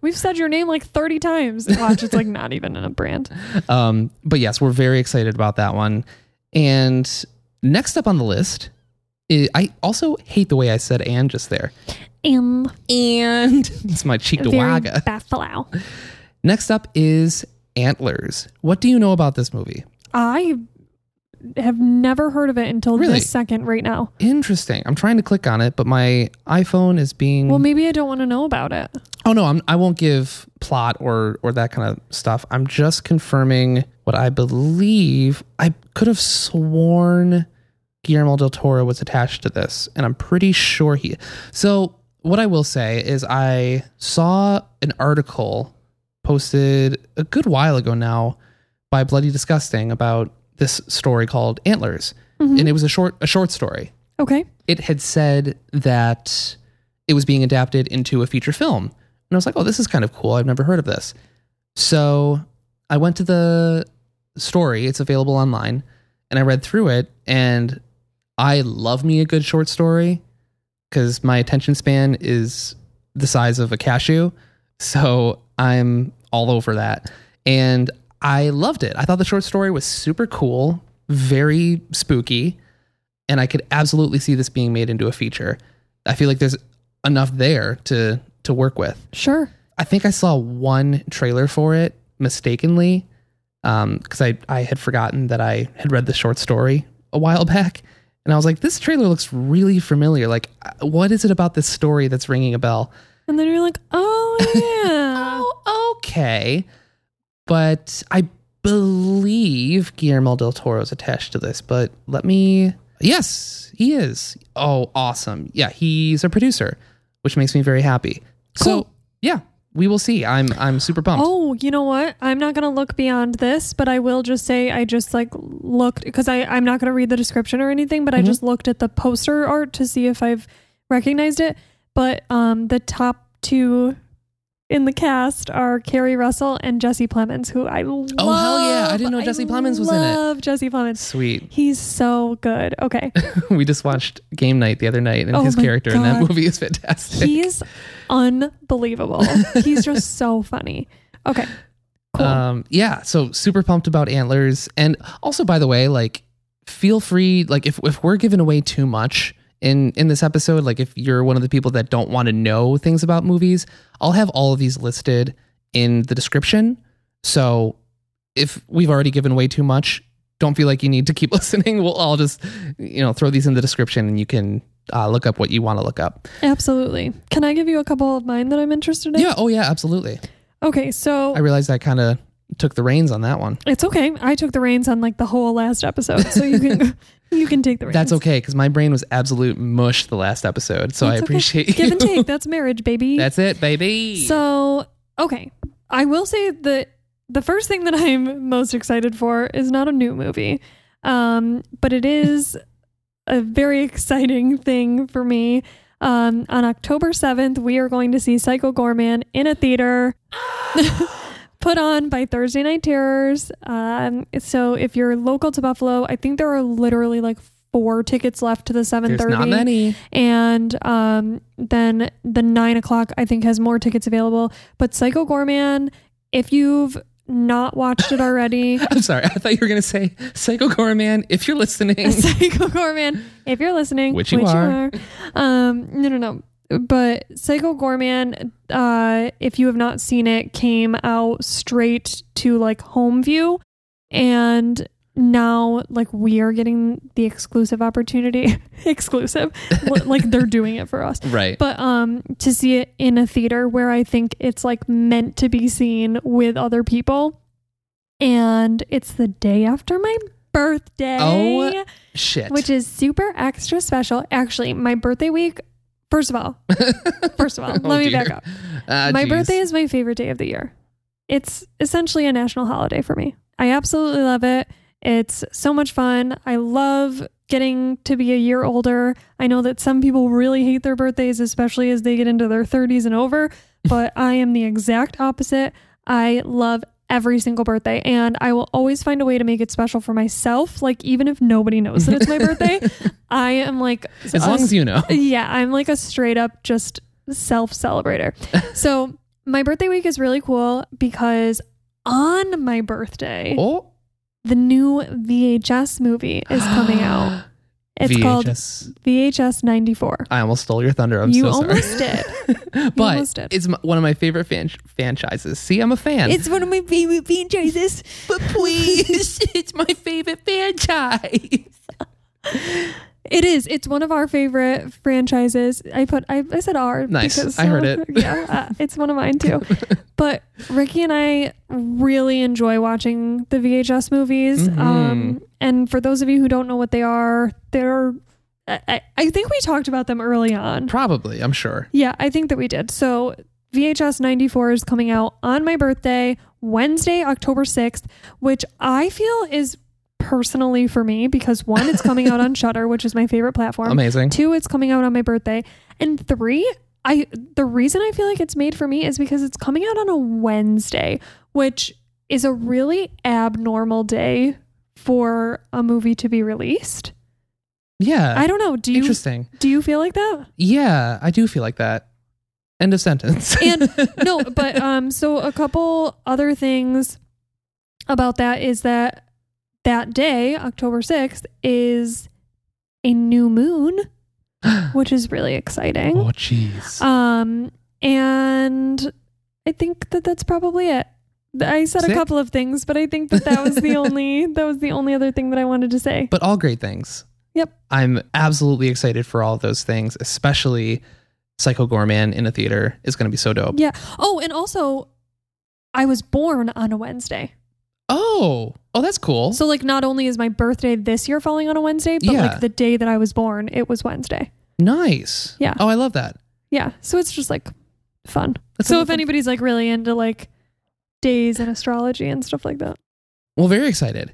[SPEAKER 2] We've said your name like 30 times. Watch, it's like not even in a brand.
[SPEAKER 1] Um, but yes, we're very excited about that one. And next up on the list, i I also hate the way I said "and" just there.
[SPEAKER 2] In
[SPEAKER 1] And it's my Cheektowaga.
[SPEAKER 2] Bathalow.
[SPEAKER 1] Next up is Antlers. What do you know about this movie?
[SPEAKER 2] I have never heard of it until
[SPEAKER 1] Really?
[SPEAKER 2] this second right now.
[SPEAKER 1] Interesting. I'm trying to click on it, but my iPhone is being.
[SPEAKER 2] Well, maybe I don't want to know about it.
[SPEAKER 1] Oh no, I'm, I won't give plot or or that kind of stuff. I'm just confirming what I believe. I could have sworn Guillermo del Toro was attached to this, and I'm pretty sure he. So what I will say is, I saw an article posted a good while ago now by Bloody Disgusting about this story called Antlers, and it was a short a short story
[SPEAKER 2] Okay.
[SPEAKER 1] it had said that it was being adapted into a feature film. And I was like, oh, this is kind of cool. I've never heard of this. So I went to the story, it's available online, and I read through it. And I love me a good short story because my attention span is the size of a cashew. So I'm all over that. And I loved it. I thought the short story was super cool, very spooky and I could absolutely see this being made into a feature. I feel like there's enough there to to work with.
[SPEAKER 2] Sure.
[SPEAKER 1] I think I saw one trailer for it mistakenly because I I had forgotten that I had read the short story a while back, and I was like, this trailer looks really familiar. Like, uh, what is it about this story that's ringing a bell?
[SPEAKER 2] And then you're like, oh, yeah.
[SPEAKER 1] Oh, okay. But I believe Guillermo del Toro is attached to this, but let me. Yes, he is. Oh, awesome. Yeah, he's a producer, which makes me very happy. So,
[SPEAKER 2] Cool.
[SPEAKER 1] yeah, we will see. I'm I'm super pumped.
[SPEAKER 2] Oh, you know what? I'm not gonna look beyond this, but I will just say I just like looked because I I'm not gonna read the description or anything,
[SPEAKER 1] Mm-hmm.
[SPEAKER 2] but I just looked at the poster art to see if I've recognized it. But um, the top two in the cast are Carrie Russell and Jesse Plemons, who I love.
[SPEAKER 1] Oh, yeah. I didn't know Jesse Plemons was in it.
[SPEAKER 2] Love Jesse Plemons.
[SPEAKER 1] Sweet.
[SPEAKER 2] He's so good. Okay,
[SPEAKER 1] we just watched Game Night the other night, and
[SPEAKER 2] Oh
[SPEAKER 1] his
[SPEAKER 2] my
[SPEAKER 1] character in that
[SPEAKER 2] God.
[SPEAKER 1] movie is fantastic.
[SPEAKER 2] he's unbelievable. He's just so funny. Okay, cool.
[SPEAKER 1] Um, yeah, so super pumped about antlers, and also by the way, like, feel free, like, if if we're giving away too much in in this episode, like, if you're one of the people that don't want to know things about movies, I'll have all of these listed in the description. So if we've already given away too much, don't feel like you need to keep listening. We'll all just you know throw these in the description, and you can uh, look up what you want to look up.
[SPEAKER 2] Absolutely. Can I give you a couple of mine that I'm interested in?
[SPEAKER 1] Yeah. Oh, yeah. Absolutely.
[SPEAKER 2] Okay, so
[SPEAKER 1] I realized I kind of took the reins on that one.
[SPEAKER 2] it's okay. I took the reins on like the whole last episode, so you can you can take the reins.
[SPEAKER 1] That's okay because my brain was absolute mush the last episode, so I
[SPEAKER 2] It's okay.
[SPEAKER 1] appreciate
[SPEAKER 2] Give
[SPEAKER 1] you.
[SPEAKER 2] and take. That's marriage, baby.
[SPEAKER 1] That's it, baby.
[SPEAKER 2] So, okay. I will say that the first thing that I'm most excited for is not a new movie, um, but it is a very exciting thing for me. Um, on October 7th, we are going to see Psycho Gorman in a theater. Put on by Thursday Night Terrors. Um, so if you're local to Buffalo, I think there are literally like four tickets left to the 7:30
[SPEAKER 1] There's not many.
[SPEAKER 2] and um, then the nine o'clock I think has more tickets available. But Psycho Gorman, if you've not watched it already,
[SPEAKER 1] I'm sorry. I thought you were gonna say Psycho Gorman. If you're listening,
[SPEAKER 2] Psycho Gorman, if you're listening,
[SPEAKER 1] Which you are.
[SPEAKER 2] um, no, no, no. But Psycho Gorman, uh, if you have not seen it, came out straight to like home view, and now like we are getting the exclusive opportunity, exclusive, like they're doing it for us.
[SPEAKER 1] right?
[SPEAKER 2] but um to see it in a theater where i think it's like meant to be seen with other people and it's the day after my birthday
[SPEAKER 1] Oh, Shit.
[SPEAKER 2] which is super extra special actually my birthday week first of all first of all
[SPEAKER 1] Oh,
[SPEAKER 2] let me
[SPEAKER 1] dear.
[SPEAKER 2] back up
[SPEAKER 1] Ah,
[SPEAKER 2] my
[SPEAKER 1] jeez.
[SPEAKER 2] birthday is my favorite day of the year it's essentially a national holiday for me i absolutely love it it's so much fun i love getting to be a year older i know that some people really hate their birthdays especially as they get into their 30s and over but i am the exact opposite i love every single birthday and i will always find a way to make it special for myself like even if nobody knows that it's my birthday i am like
[SPEAKER 1] As long as you know.
[SPEAKER 2] yeah, I'm like a straight up just self celebrator. so my birthday week is really cool because on my birthday,
[SPEAKER 1] Oh,
[SPEAKER 2] the new VHS movie is coming out. It's called
[SPEAKER 1] VHS.
[SPEAKER 2] VHS 94.
[SPEAKER 1] I almost stole your thunder. I'm
[SPEAKER 2] you
[SPEAKER 1] so sorry.
[SPEAKER 2] almost did.
[SPEAKER 1] but
[SPEAKER 2] almost did.
[SPEAKER 1] it's m- one of my favorite fan- franchises. See, I'm a fan.
[SPEAKER 2] It's one of my favorite franchises.
[SPEAKER 1] but please, it's my favorite franchise.
[SPEAKER 2] It is. It's one of our favorite franchises. I put. I, I said our.
[SPEAKER 1] Nice. I heard it.
[SPEAKER 2] Yeah, uh, it's one of mine too. but Ricky and I really enjoy watching the VHS movies.
[SPEAKER 1] Mm-hmm.
[SPEAKER 2] Um, and for those of you who don't know what they are, they're. I, I- I think we talked about them early on.
[SPEAKER 1] Probably, I'm sure.
[SPEAKER 2] Yeah, I think that we did. So VHS 94 is coming out on my birthday, Wednesday, October 6th, which I feel is personally for me because one, it's coming out on Shutter, which is my favorite platform.
[SPEAKER 1] Amazing.
[SPEAKER 2] Two, it's coming out on my birthday. And three, I the reason I feel like it's made for me is because it's coming out on a Wednesday, which is a really abnormal day for a movie to be released.
[SPEAKER 1] Yeah.
[SPEAKER 2] I don't know. Do you
[SPEAKER 1] Interesting.
[SPEAKER 2] do you feel like that?
[SPEAKER 1] Yeah, I do feel like that. End of sentence.
[SPEAKER 2] and no, but um, so a couple other things about that is that that day, October sixth, is a new moon, which is really exciting.
[SPEAKER 1] oh, jeez.
[SPEAKER 2] Um, and I think that that's probably it. I said
[SPEAKER 1] Sick.
[SPEAKER 2] a couple of things, but I think that that was the only that was the only other thing that I wanted to say.
[SPEAKER 1] but all great things.
[SPEAKER 2] Yep.
[SPEAKER 1] I'm absolutely excited for all of those things, especially Psycho Gorman in a theater is going to be so dope.
[SPEAKER 2] Yeah. Oh, and also, I was born on a Wednesday.
[SPEAKER 1] Oh, oh, that's cool.
[SPEAKER 2] So like not only is my birthday this year falling on a Wednesday, but
[SPEAKER 1] Yeah.
[SPEAKER 2] like the day that I was born, it was Wednesday.
[SPEAKER 1] nice.
[SPEAKER 2] Yeah.
[SPEAKER 1] Oh, I love that.
[SPEAKER 2] Yeah. So it's just like fun.
[SPEAKER 1] That's
[SPEAKER 2] so
[SPEAKER 1] a
[SPEAKER 2] if
[SPEAKER 1] fun-
[SPEAKER 2] anybody's like really into like days and astrology and stuff like that.
[SPEAKER 1] Well, very excited.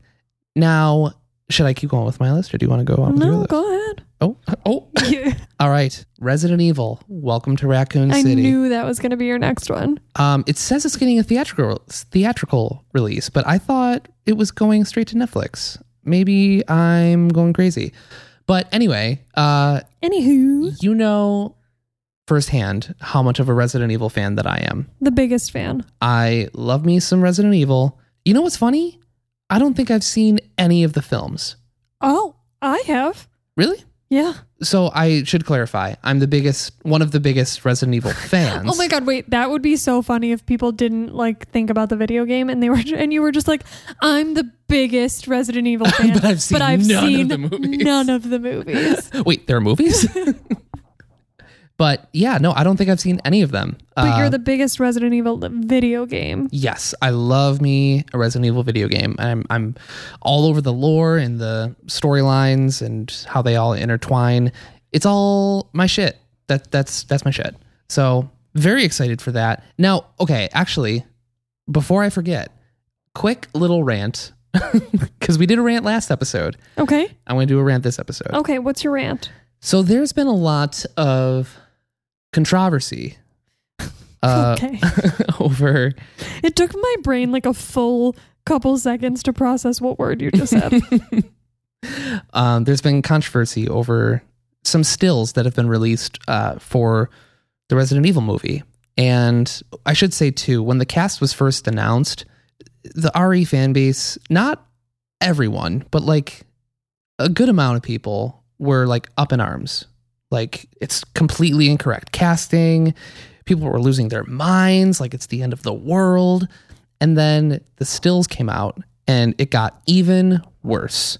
[SPEAKER 1] Now, should I keep going with my list, or do you want to go on with your
[SPEAKER 2] No,
[SPEAKER 1] list?
[SPEAKER 2] go ahead.
[SPEAKER 1] Oh, oh.
[SPEAKER 2] You-
[SPEAKER 1] All right. Resident Evil. Welcome to Raccoon
[SPEAKER 2] I
[SPEAKER 1] City.
[SPEAKER 2] knew that was going to be your next one.
[SPEAKER 1] Um, it says it's getting a theatrical theatrical release, but I thought it was going straight to Netflix. Maybe I'm going crazy. But anyway, uh,
[SPEAKER 2] Anywho,
[SPEAKER 1] you know firsthand how much of a Resident Evil fan that I am.
[SPEAKER 2] the biggest fan.
[SPEAKER 1] I love me some Resident Evil. You know what's funny? I don't think I've seen any of the films.
[SPEAKER 2] Oh, I have.
[SPEAKER 1] Really?
[SPEAKER 2] Yeah.
[SPEAKER 1] So I should clarify. I'm the biggest, one of the biggest Resident Evil fans.
[SPEAKER 2] Oh my god, wait, that would be so funny if people didn't like think about the video game and they were and you were just like, I'm the biggest Resident Evil fan,
[SPEAKER 1] But I've seen none of the movies."
[SPEAKER 2] none of the movies.
[SPEAKER 1] Wait, there are movies? but yeah, no, I don't think I've seen any of them.
[SPEAKER 2] But
[SPEAKER 1] Uh,
[SPEAKER 2] you're the biggest Resident Evil video game.
[SPEAKER 1] yes, I love me a Resident Evil video game. I'm I'm all over the lore and the storylines and how they all intertwine. It's all my shit. That that's that's my shit. So very excited for that. Now, okay, actually, before I forget, quick little rant because we did a rant last episode.
[SPEAKER 2] Okay.
[SPEAKER 1] I'm going to do a rant this episode.
[SPEAKER 2] Okay, what's your rant?
[SPEAKER 1] So there's been a lot of controversy uh,
[SPEAKER 2] okay.
[SPEAKER 1] over.
[SPEAKER 2] It took my brain like a full couple seconds to process what word you just said.
[SPEAKER 1] Um, there's been controversy over some stills that have been released uh, for the Resident Evil movie, and I should say too, when the cast was first announced, the RE fan base, not everyone, but like a good amount of people were like up in arms. Like it's completely incorrect casting. People were losing their minds, like it's the end of the world. And then the stills came out and it got even worse.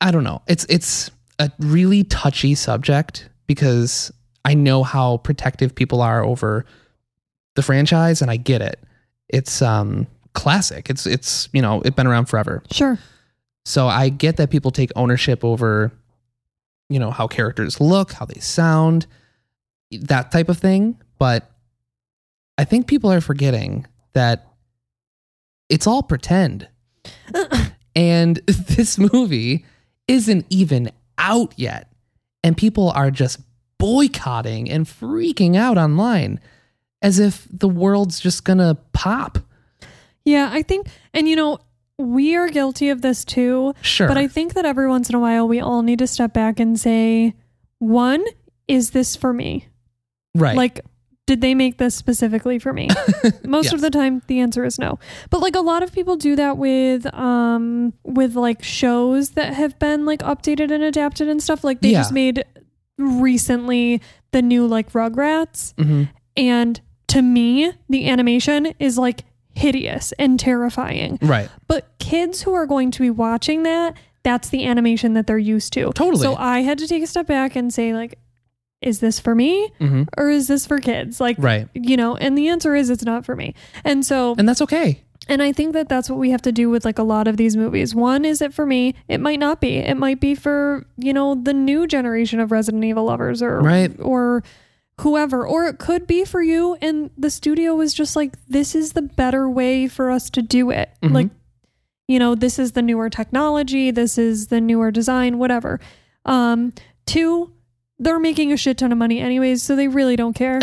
[SPEAKER 1] I don't know. It's it's a really touchy subject because I know how protective people are over the franchise and I get it. It's um classic. It's it's, you know, it's been around forever.
[SPEAKER 2] sure.
[SPEAKER 1] So I get that people take ownership over, you know, how characters look, how they sound, that type of thing. But I think people are forgetting that it's all pretend. and this movie isn't even out yet. And people are just boycotting and freaking out online as if the world's just gonna pop.
[SPEAKER 2] Yeah, I think and you know, we are guilty of this too.
[SPEAKER 1] Sure.
[SPEAKER 2] But I think that every once in a while, we all need to step back and say, one, is this for me?
[SPEAKER 1] right.
[SPEAKER 2] Like, did they make this specifically for me? Most of
[SPEAKER 1] Yes.
[SPEAKER 2] the time, the answer is no. But like a lot of people do that with, um, with like shows that have been like updated and adapted and stuff. Like they
[SPEAKER 1] Yeah.
[SPEAKER 2] just made recently the new like Rugrats,
[SPEAKER 1] Mhm.
[SPEAKER 2] and to me, the animation is like hideous and terrifying.
[SPEAKER 1] Right.
[SPEAKER 2] But kids who are going to be watching that, that's the animation that they're used to.
[SPEAKER 1] Totally.
[SPEAKER 2] So I had to take a step back and say, like, is this for me
[SPEAKER 1] Mhm.
[SPEAKER 2] or is this for kids? Like,
[SPEAKER 1] Right.
[SPEAKER 2] you know, and the answer is it's not for me. And so,
[SPEAKER 1] And that's okay.
[SPEAKER 2] and I think that that's what we have to do with like a lot of these movies. One, is it for me? It might not be. It might be for, you know, the new generation of Resident Evil lovers or,
[SPEAKER 1] Right.
[SPEAKER 2] or, Whoever, or it could be for you, and the studio was just like, this is the better way for us to do it.
[SPEAKER 1] Mhm.
[SPEAKER 2] Like, you know, this is the newer technology, this is the newer design, whatever. Um, two, they're making a shit ton of money anyways, so they really don't care.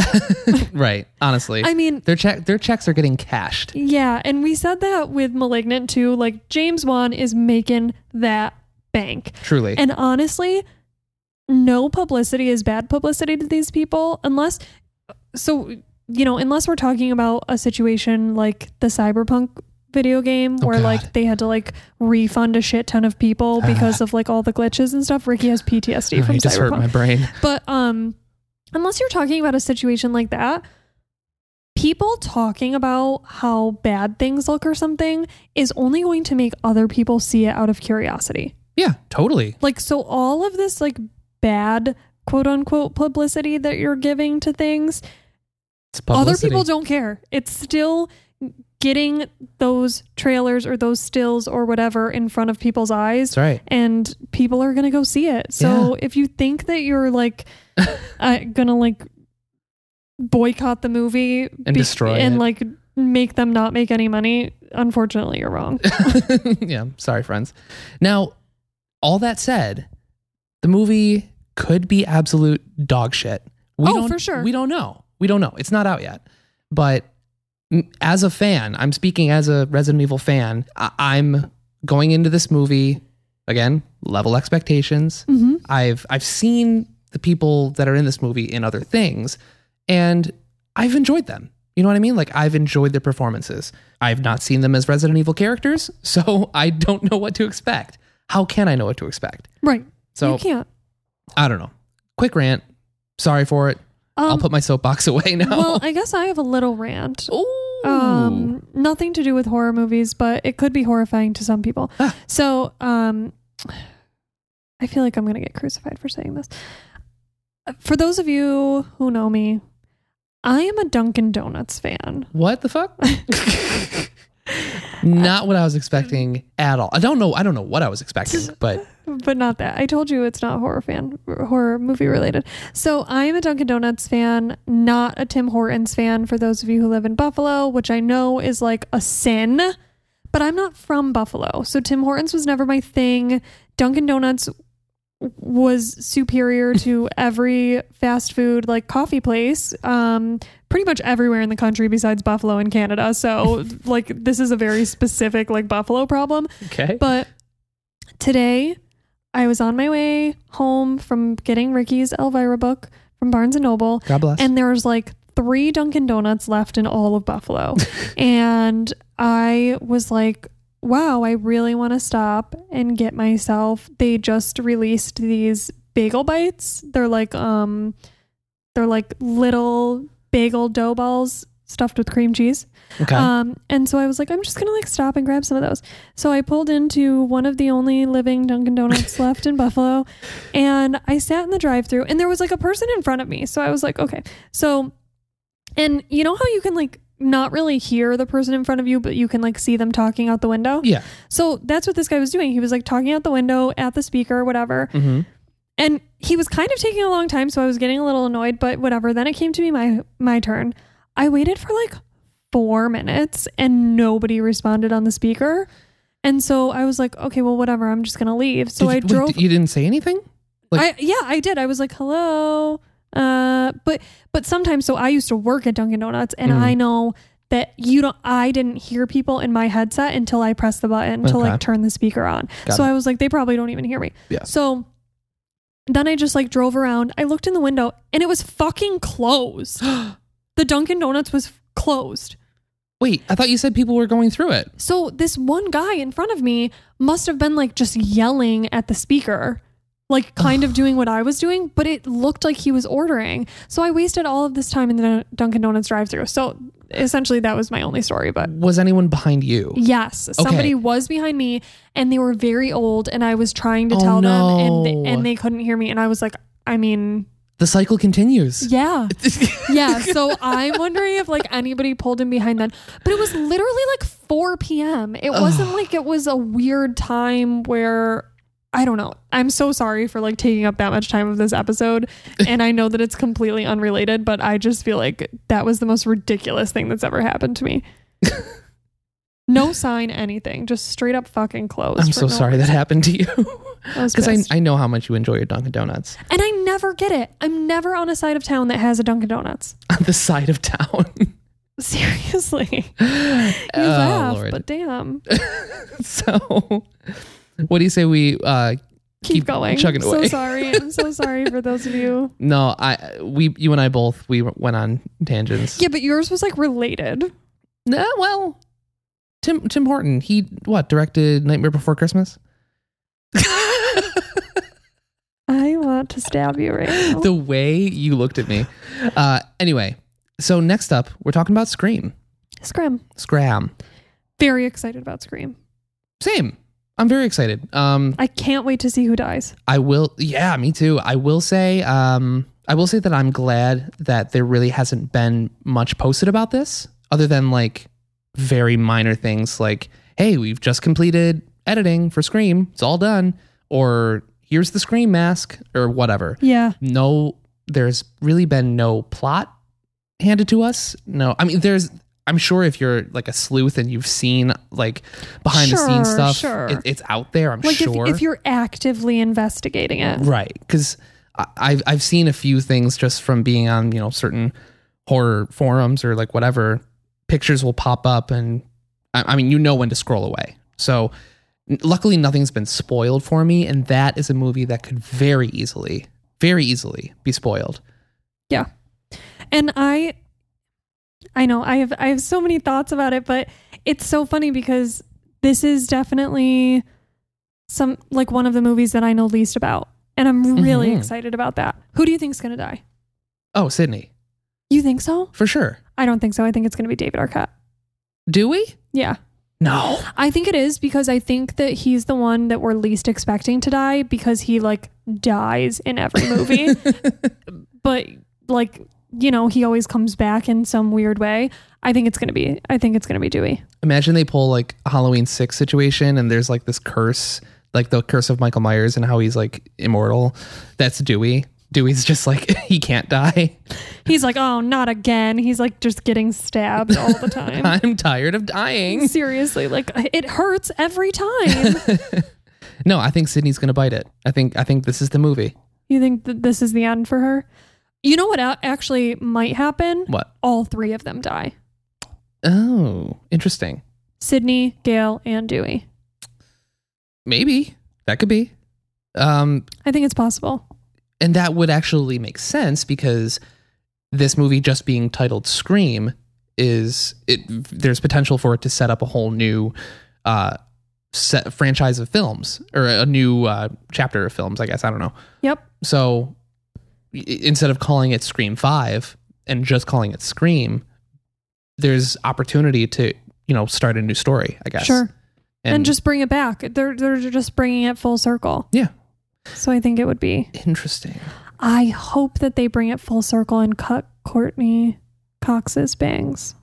[SPEAKER 1] Right. Honestly.
[SPEAKER 2] I mean,
[SPEAKER 1] Their check their checks are getting cashed.
[SPEAKER 2] yeah, and we said that with Malignant too. Like James Wan is making that bank.
[SPEAKER 1] Truly.
[SPEAKER 2] And honestly, no publicity is bad publicity to these people unless so you know, unless we're talking about a situation like the Cyberpunk video game
[SPEAKER 1] Oh,
[SPEAKER 2] where
[SPEAKER 1] God.
[SPEAKER 2] like they had to like refund a shit ton of people because of like all the glitches and stuff. Ricky has PTSD
[SPEAKER 1] Oh,
[SPEAKER 2] from
[SPEAKER 1] you just hurt
[SPEAKER 2] Cyberpunk.
[SPEAKER 1] my brain.
[SPEAKER 2] But um unless you're talking about a situation like that, people talking about how bad things look or something is only going to make other people see it out of curiosity.
[SPEAKER 1] Yeah, totally.
[SPEAKER 2] Like so all of this like bad quote unquote publicity that you're giving to things,
[SPEAKER 1] It's publicity.
[SPEAKER 2] other people don't care. It's still getting those trailers or those stills or whatever in front of people's eyes
[SPEAKER 1] That's right.
[SPEAKER 2] and people are gonna go see it. So if you think that you're like uh, gonna like boycott the movie
[SPEAKER 1] And destroy
[SPEAKER 2] and
[SPEAKER 1] it.
[SPEAKER 2] like make them not make any money, unfortunately, you're wrong.
[SPEAKER 1] yeah, sorry, friends. Now, all that said, the movie could be absolute dog shit. We
[SPEAKER 2] Oh,
[SPEAKER 1] don't,
[SPEAKER 2] for sure.
[SPEAKER 1] We don't know. We don't know. It's not out yet. But mm, as a fan, I'm speaking as a Resident Evil fan. I- I'm going into this movie again, level expectations.
[SPEAKER 2] Mhm.
[SPEAKER 1] I've I've seen the people that are in this movie in other things, and I've enjoyed them. You know what I mean? Like I've enjoyed their performances. I've not seen them as Resident Evil characters, so I don't know what to expect. How can I know what to expect?
[SPEAKER 2] right.
[SPEAKER 1] So
[SPEAKER 2] you can't.
[SPEAKER 1] I don't know. Quick rant. Sorry for it. I'll
[SPEAKER 2] Um,
[SPEAKER 1] put my soapbox away now.
[SPEAKER 2] well, I guess I have a little rant.
[SPEAKER 1] Ooh.
[SPEAKER 2] Um, nothing to do with horror movies, but it could be horrifying to some people.
[SPEAKER 1] Ah.
[SPEAKER 2] So, um, I feel like I'm going to get crucified for saying this. Uh, For those of you who know me, I am a Dunkin' Donuts fan.
[SPEAKER 1] what the fuck? Not what I was expecting at all. I don't know. I don't know what I was expecting, but
[SPEAKER 2] but not that. I told you it's not horror fan, horror movie related. So I am a Dunkin' Donuts fan, not a Tim Hortons fan. For those of you who live in Buffalo, which I know is like a sin, but I'm not from Buffalo, so Tim Hortons was never my thing. Dunkin' Donuts was superior to every fast food like coffee place um pretty much everywhere in the country besides buffalo and canada so like this is a very specific like buffalo problem
[SPEAKER 1] okay.
[SPEAKER 2] but today, I was on my way home from getting Ricky's Elvira book from Barnes and Noble,
[SPEAKER 1] God bless.
[SPEAKER 2] and there was like three Dunkin' Donuts left in all of Buffalo, and I was like. Wow, I really want to stop and get myself. They just released these bagel bites. They're like um they're like little bagel dough balls stuffed with cream cheese.
[SPEAKER 1] okay.
[SPEAKER 2] Um, and so I was like, I'm just gonna like stop and grab some of those. So I pulled into one of the only living Dunkin' Donuts left in Buffalo, and I sat in the drive-through, and there was like a person in front of me. So I was like, okay. So, and you know how you can like not really hear the person in front of you, but you can like see them talking out the window.
[SPEAKER 1] yeah.
[SPEAKER 2] So that's what this guy was doing. He was like talking out the window at the speaker, whatever.
[SPEAKER 1] hmm
[SPEAKER 2] And he was kind of taking a long time, so I was getting a little annoyed, but whatever. Then it came to be my my turn. I waited for like four minutes and nobody responded on the speaker. And so I was like, okay, well, whatever. I'm just gonna leave. So
[SPEAKER 1] Did
[SPEAKER 2] I
[SPEAKER 1] you- wait,
[SPEAKER 2] drove.
[SPEAKER 1] you didn't say anything. like-
[SPEAKER 2] I yeah, I did. I was like, hello. Uh, but but sometimes, so I used to work at Dunkin' Donuts, and
[SPEAKER 1] Mm.
[SPEAKER 2] I know that you don't. I didn't hear people in my headset until I pressed the button to
[SPEAKER 1] Okay.
[SPEAKER 2] like turn the speaker on.
[SPEAKER 1] Got
[SPEAKER 2] so
[SPEAKER 1] it.
[SPEAKER 2] I was like, they probably don't even hear me.
[SPEAKER 1] Yeah.
[SPEAKER 2] So then I just like drove around. I looked in the window, and it was fucking closed. the Dunkin' Donuts was closed.
[SPEAKER 1] Wait, I thought you said people were going through it.
[SPEAKER 2] So this one guy in front of me must have been like just yelling at the speaker, like kind of doing what I was doing, but it looked like he was ordering. So I wasted all of this time in the Dunkin' Donuts drive-through. So essentially, that was my only story. But
[SPEAKER 1] Was anyone behind you?
[SPEAKER 2] yes, somebody was behind me, and they were very old, and I was trying to
[SPEAKER 1] Oh,
[SPEAKER 2] tell them, and
[SPEAKER 1] no.
[SPEAKER 2] they, and they couldn't hear me, and I was like, I mean,
[SPEAKER 1] The cycle continues.
[SPEAKER 2] yeah. Yeah, so I'm wondering if like anybody pulled in behind then. But it was literally like 4 p.m. It wasn't like it was a weird time where I don't know. I'm so sorry for like taking up that much time of this episode. And I know that it's completely unrelated, but I just feel like that was the most ridiculous thing that's ever happened to me. no sign, anything, just straight up fucking closed.
[SPEAKER 1] I'm
[SPEAKER 2] for
[SPEAKER 1] so
[SPEAKER 2] no-
[SPEAKER 1] sorry that happened to you.
[SPEAKER 2] I was
[SPEAKER 1] Because I,
[SPEAKER 2] pissed.
[SPEAKER 1] I know how much you enjoy your Dunkin' Donuts
[SPEAKER 2] and I never get it. I'm never on a side of town that has a Dunkin' Donuts.
[SPEAKER 1] on the side of town.
[SPEAKER 2] Seriously. You
[SPEAKER 1] Oh,
[SPEAKER 2] laugh,
[SPEAKER 1] Lord.
[SPEAKER 2] but damn,
[SPEAKER 1] So, what do you say we uh,
[SPEAKER 2] keep, going.
[SPEAKER 1] chugging
[SPEAKER 2] so
[SPEAKER 1] away?
[SPEAKER 2] sorry. I'm so sorry for those of you.
[SPEAKER 1] No, I we you and I both we went on tangents.
[SPEAKER 2] Yeah, but yours was like related.
[SPEAKER 1] No, well, Tim Tim Horton he what directed Nightmare Before Christmas.
[SPEAKER 2] I want to stab you right now.
[SPEAKER 1] the way you looked at me. Uh, anyway, so next up we're talking about Scream.
[SPEAKER 2] Scrim.
[SPEAKER 1] Scram.
[SPEAKER 2] Very excited about Scream.
[SPEAKER 1] Same. I'm very excited. Um,
[SPEAKER 2] I can't wait to see who dies.
[SPEAKER 1] I will. Yeah, me too. I will say. Um, I will say that I'm glad that there really hasn't been much posted about this, other than like very minor things like, "Hey, we've just completed editing for Scream. It's all done," or "Here's the Scream mask," or whatever.
[SPEAKER 2] Yeah.
[SPEAKER 1] No, there's really been no plot handed to us. No, I mean, there's. I'm sure if you're like a sleuth and you've seen like behind the scenes
[SPEAKER 2] Sure,
[SPEAKER 1] stuff,
[SPEAKER 2] sure.
[SPEAKER 1] it- it's out there. I'm
[SPEAKER 2] Like
[SPEAKER 1] sure
[SPEAKER 2] if, if you're actively investigating it.
[SPEAKER 1] right because I've, I've seen a few things just from being on you know certain horror forums or like whatever pictures will pop up and i, I mean you know when to scroll away so n- luckily nothing's been spoiled for me and that is a movie that could very easily very easily be spoiled
[SPEAKER 2] And I I know I have I have so many thoughts about it, but it's so funny because this is definitely some like one of the movies that I know least about. And I'm really
[SPEAKER 1] Mhm.
[SPEAKER 2] excited about that. Who do you think's going to die?
[SPEAKER 1] Oh, Sydney,
[SPEAKER 2] You think so?
[SPEAKER 1] for sure.
[SPEAKER 2] I don't think so. I think it's going to be David Arquette.
[SPEAKER 1] Do we?
[SPEAKER 2] Yeah.
[SPEAKER 1] No.
[SPEAKER 2] I think it is because I think that he's the one that we're least expecting to die because he like dies in every movie. but like, you know, he always comes back in some weird way. I think it's going to be I think it's going to be Dewey.
[SPEAKER 1] Imagine they pull like a Halloween six situation, and there's like this curse, like the curse of Michael Myers, and how he's like immortal. That's Dewey. Dewey's just like he can't die.
[SPEAKER 2] He's like, "Oh, not again." He's like just getting stabbed all the time.
[SPEAKER 1] I'm tired of dying.
[SPEAKER 2] Seriously, like it hurts every time.
[SPEAKER 1] No, I think Sydney's gonna bite it. I think I think this is the movie.
[SPEAKER 2] you think that this is the end for her? You know what a- actually might happen?
[SPEAKER 1] What?
[SPEAKER 2] All three of them die.
[SPEAKER 1] Oh, interesting.
[SPEAKER 2] Sydney, Gail, and Dewey.
[SPEAKER 1] Maybe that could be. Um,
[SPEAKER 2] I think it's possible.
[SPEAKER 1] and that would actually make sense because this movie just being titled Scream is it there's potential for it to set up a whole new uh set franchise of films or a new uh chapter of films I guess I don't know.
[SPEAKER 2] Yep.
[SPEAKER 1] So i- instead of calling it Scream 5 and just calling it Scream there's opportunity to you know start a new story, I guess.
[SPEAKER 2] Sure. And, just bring it back. They're they're just bringing it full circle.
[SPEAKER 1] yeah,
[SPEAKER 2] So I think it would be.
[SPEAKER 1] interesting.
[SPEAKER 2] I hope that they bring it full circle and cut Courtney Cox's bangs.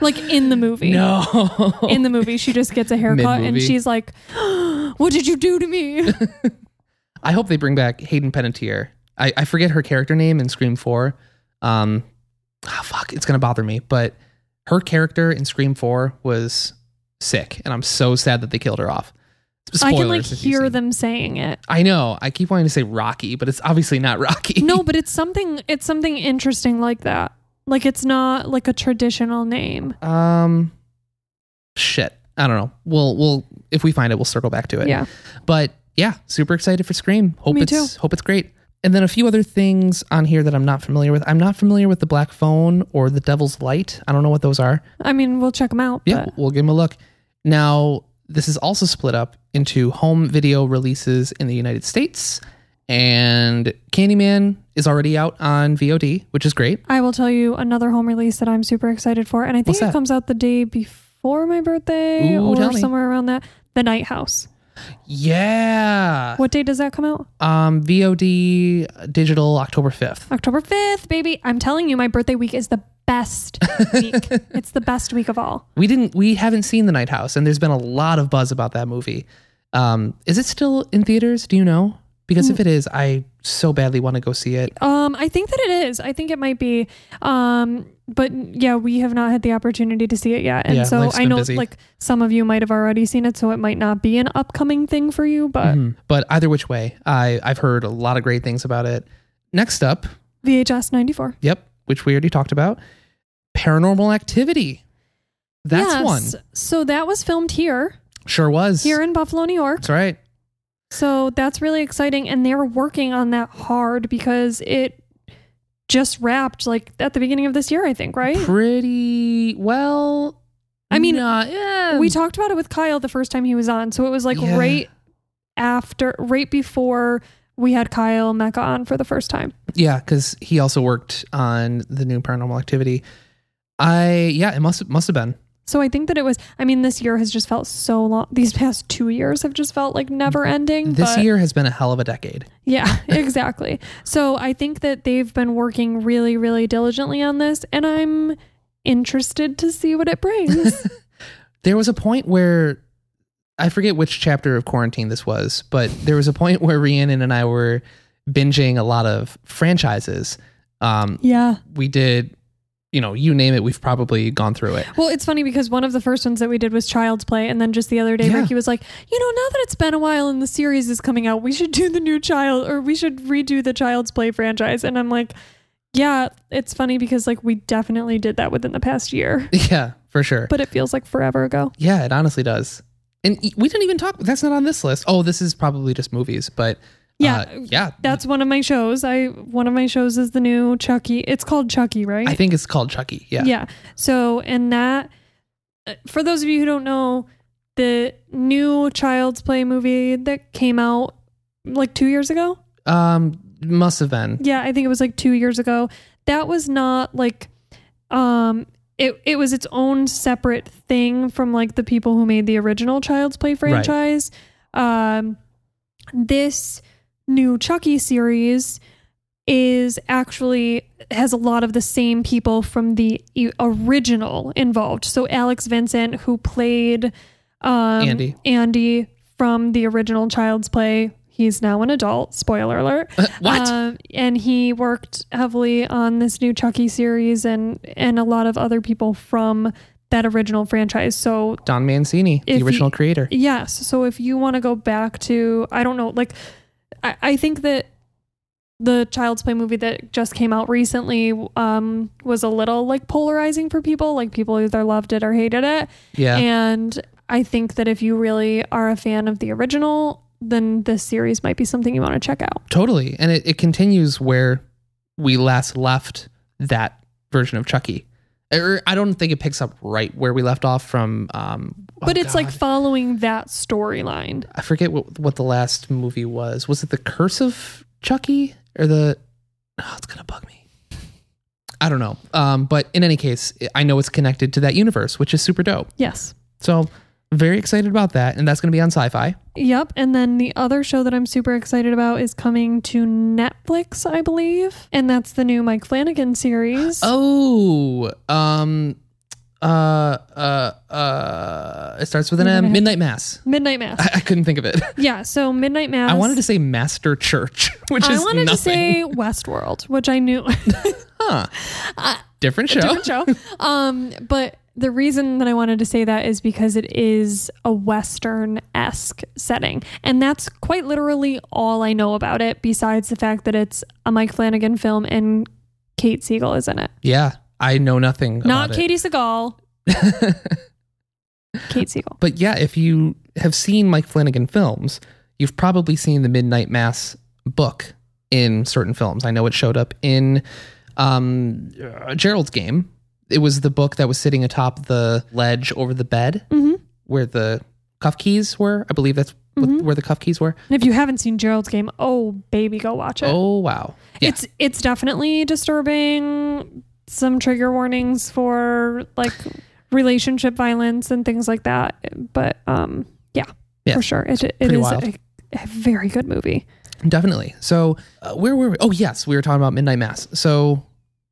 [SPEAKER 2] like in the movie.
[SPEAKER 1] No.
[SPEAKER 2] In the movie, she just gets a haircut and
[SPEAKER 1] Mid-movie.
[SPEAKER 2] she's like, "What did you do to me?"
[SPEAKER 1] I hope they bring back Hayden Panettiere. I, I forget her character name in Scream Four. Um, ah, fuck, it's gonna bother me. But her character in Scream Four was sick, and I'm so sad that they killed her off.
[SPEAKER 2] I can like
[SPEAKER 1] Spoilers if you've
[SPEAKER 2] hear
[SPEAKER 1] seen-
[SPEAKER 2] them saying it.
[SPEAKER 1] I know. I keep wanting to say Rocky, but it's obviously not Rocky.
[SPEAKER 2] No, but it's something it's something interesting like that. Like it's not like a traditional name.
[SPEAKER 1] Um, shit. I don't know. We'll we'll if we find it, we'll circle back to it.
[SPEAKER 2] Yeah.
[SPEAKER 1] But yeah, super excited for Scream. Hope
[SPEAKER 2] Me
[SPEAKER 1] it's hope it's great. And then a few other things on here that I'm not familiar with. I'm not familiar with the Black Phone or the Devil's Light. I don't know what those are.
[SPEAKER 2] I mean, we'll check them out.
[SPEAKER 1] Yeah,
[SPEAKER 2] but-
[SPEAKER 1] we'll give them a look. Now, this is also split up into home video releases in the United States, and Candyman is already out on VOD, which is great.
[SPEAKER 2] I will tell you another home release that I'm super excited for, and I think
[SPEAKER 1] What's
[SPEAKER 2] it
[SPEAKER 1] that?
[SPEAKER 2] comes out the day before my birthday
[SPEAKER 1] Ooh, tell
[SPEAKER 2] or
[SPEAKER 1] me.
[SPEAKER 2] somewhere around that. The Night House.
[SPEAKER 1] Yeah.
[SPEAKER 2] What day does that come out?
[SPEAKER 1] Um, VOD digital October 5th.
[SPEAKER 2] October 5th, baby. I'm telling you, my birthday week is the best week. It's the best week of all.
[SPEAKER 1] We didn't we haven't seen The Night House and there's been a lot of buzz about that movie. Um, is it still in theaters? Do you know? Because if it is, I so badly want to go see it.
[SPEAKER 2] Um, I think that it is. I think it might be. Um, but yeah, we have not had the opportunity to see it yet, and
[SPEAKER 1] Yeah,
[SPEAKER 2] so
[SPEAKER 1] life's
[SPEAKER 2] I
[SPEAKER 1] been
[SPEAKER 2] know
[SPEAKER 1] busy.
[SPEAKER 2] like some of you might have already seen it, so it might not be an upcoming thing for you. But
[SPEAKER 1] Hmm. But either which way, I I've heard a lot of great things about it. Next up,
[SPEAKER 2] VHS 94.
[SPEAKER 1] yep, which we already talked about, Paranormal Activity. That's one.
[SPEAKER 2] Yes. So that was filmed here,
[SPEAKER 1] Sure was.
[SPEAKER 2] here in Buffalo, New York.
[SPEAKER 1] That's right.
[SPEAKER 2] So that's really exciting. And they're working on that hard because it just wrapped like at the beginning of this year, I think, right?
[SPEAKER 1] Pretty well.
[SPEAKER 2] I mean,
[SPEAKER 1] nah, yeah.
[SPEAKER 2] We talked about it with Kyle the first time he was on. So it was like
[SPEAKER 1] Yeah.
[SPEAKER 2] right after, right before we had Kyle Mecca on for the first time.
[SPEAKER 1] Yeah, because he also worked on the new Paranormal Activity. I yeah, it must must have been
[SPEAKER 2] So I think that it was, I mean, this year has just felt so long. These past two years have just felt like never ending.
[SPEAKER 1] this
[SPEAKER 2] but-
[SPEAKER 1] year has been a hell of a decade.
[SPEAKER 2] Yeah, exactly. so I think that they've been working really, really diligently on this, and I'm interested to see what it brings.
[SPEAKER 1] There was a point where I forget which chapter of quarantine this was, but there was a point where Rhiannon and I were binging a lot of franchises. Um,
[SPEAKER 2] yeah.
[SPEAKER 1] we did, you know, you name it, we've probably gone through it.
[SPEAKER 2] Well, it's funny because one of the first ones that we did was Child's Play, and then just the other day,
[SPEAKER 1] Yeah.
[SPEAKER 2] Ricky was like, "You know, now that it's been a while and the series is coming out, we should do the new Child, or we should redo the Child's Play franchise." And I'm like, "Yeah, it's funny because like we definitely did that within the past year,
[SPEAKER 1] Yeah, for sure.
[SPEAKER 2] but it feels like forever ago."
[SPEAKER 1] Yeah, it honestly does. And e- we didn't even talk. That's not on this list. Oh, this is probably just movies, but
[SPEAKER 2] Yeah,
[SPEAKER 1] uh, yeah.
[SPEAKER 2] That's one of my shows. I one of my shows is the new Chucky. It's called Chucky, right?
[SPEAKER 1] I think it's called Chucky. Yeah.
[SPEAKER 2] uh, yeah. So, and that for those of you who don't know, the new Child's Play movie that came out like two years ago.
[SPEAKER 1] Um, must have been.
[SPEAKER 2] Yeah, I think it was like two years ago. That was not like, um, it it was its own separate thing from like the people who made the original Child's Play franchise. Um, this new Chucky series is actually has a lot of the same people from the e- original involved. So Alex Vincent, who played um,
[SPEAKER 1] Andy.
[SPEAKER 2] Andy from the original Child's Play, he's now an adult. Spoiler alert.
[SPEAKER 1] what?
[SPEAKER 2] Um, and he worked heavily on this new Chucky series and and a lot of other people from that original franchise. So
[SPEAKER 1] Don Mancini,
[SPEAKER 2] if
[SPEAKER 1] the
[SPEAKER 2] you-
[SPEAKER 1] original creator.
[SPEAKER 2] yes, so if you want to go back to I don't know, like I, I think that the Child's Play movie that just came out recently um, was a little like polarizing for people. Like people either loved it or hated it.
[SPEAKER 1] Yeah.
[SPEAKER 2] And I think that if you really are a fan of the original, then this series might be something you want to check out.
[SPEAKER 1] Totally. And it, it continues where we last left that version of Chucky. Or I don't think it picks up right where we left off from. Um, oh
[SPEAKER 2] but it's like
[SPEAKER 1] God.
[SPEAKER 2] following that storyline.
[SPEAKER 1] I forget what, what the last movie was. Was it The Curse of Chucky or the. Oh, it's going to bug me. I don't know. Um, but in any case, I know it's connected to that universe, which is super dope.
[SPEAKER 2] Yes.
[SPEAKER 1] So very excited about that. And that's going to be on sci fi.
[SPEAKER 2] Yep. And then the other show that I'm super excited about is coming to Netflix, I believe. And that's the new Mike Flanagan series.
[SPEAKER 1] Oh, um, uh, uh, uh, it starts with an M. Midnight Mass.
[SPEAKER 2] Midnight Mass.
[SPEAKER 1] I, I couldn't think of it.
[SPEAKER 2] yeah. So Midnight Mass.
[SPEAKER 1] I wanted to say Master Church, which
[SPEAKER 2] I
[SPEAKER 1] is
[SPEAKER 2] wanted
[SPEAKER 1] nothing.
[SPEAKER 2] to say Westworld, which I knew.
[SPEAKER 1] different show.
[SPEAKER 2] different show. Um, but the reason that I wanted to say that is because it is a Western esque setting. And that's quite literally all I know about it, besides the fact that it's a Mike Flanagan film and Kate Siegel is in it.
[SPEAKER 1] Yeah, I know nothing.
[SPEAKER 2] Not
[SPEAKER 1] about it.
[SPEAKER 2] Katie Seagal. Kate Siegel.
[SPEAKER 1] But yeah, if you have seen Mike Flanagan films, you've probably seen the Midnight Mass book in certain films. I know it showed up in um, uh, Gerald's Game. It was the book that was sitting atop the ledge over the bed where the cuff keys were. I believe that's what, where the cuff keys were.
[SPEAKER 2] And if you haven't seen Gerald's Game, oh baby, go watch it.
[SPEAKER 1] Oh, wow. Yeah.
[SPEAKER 2] It's it's definitely disturbing. Some trigger warnings for like relationship violence and things like that. But um, yeah,
[SPEAKER 1] Yeah,
[SPEAKER 2] for sure, it, it
[SPEAKER 1] pretty
[SPEAKER 2] is
[SPEAKER 1] wild.
[SPEAKER 2] a, a very good movie.
[SPEAKER 1] Definitely. So, uh, where were we? Oh, yes, we were talking about Midnight Mass. So,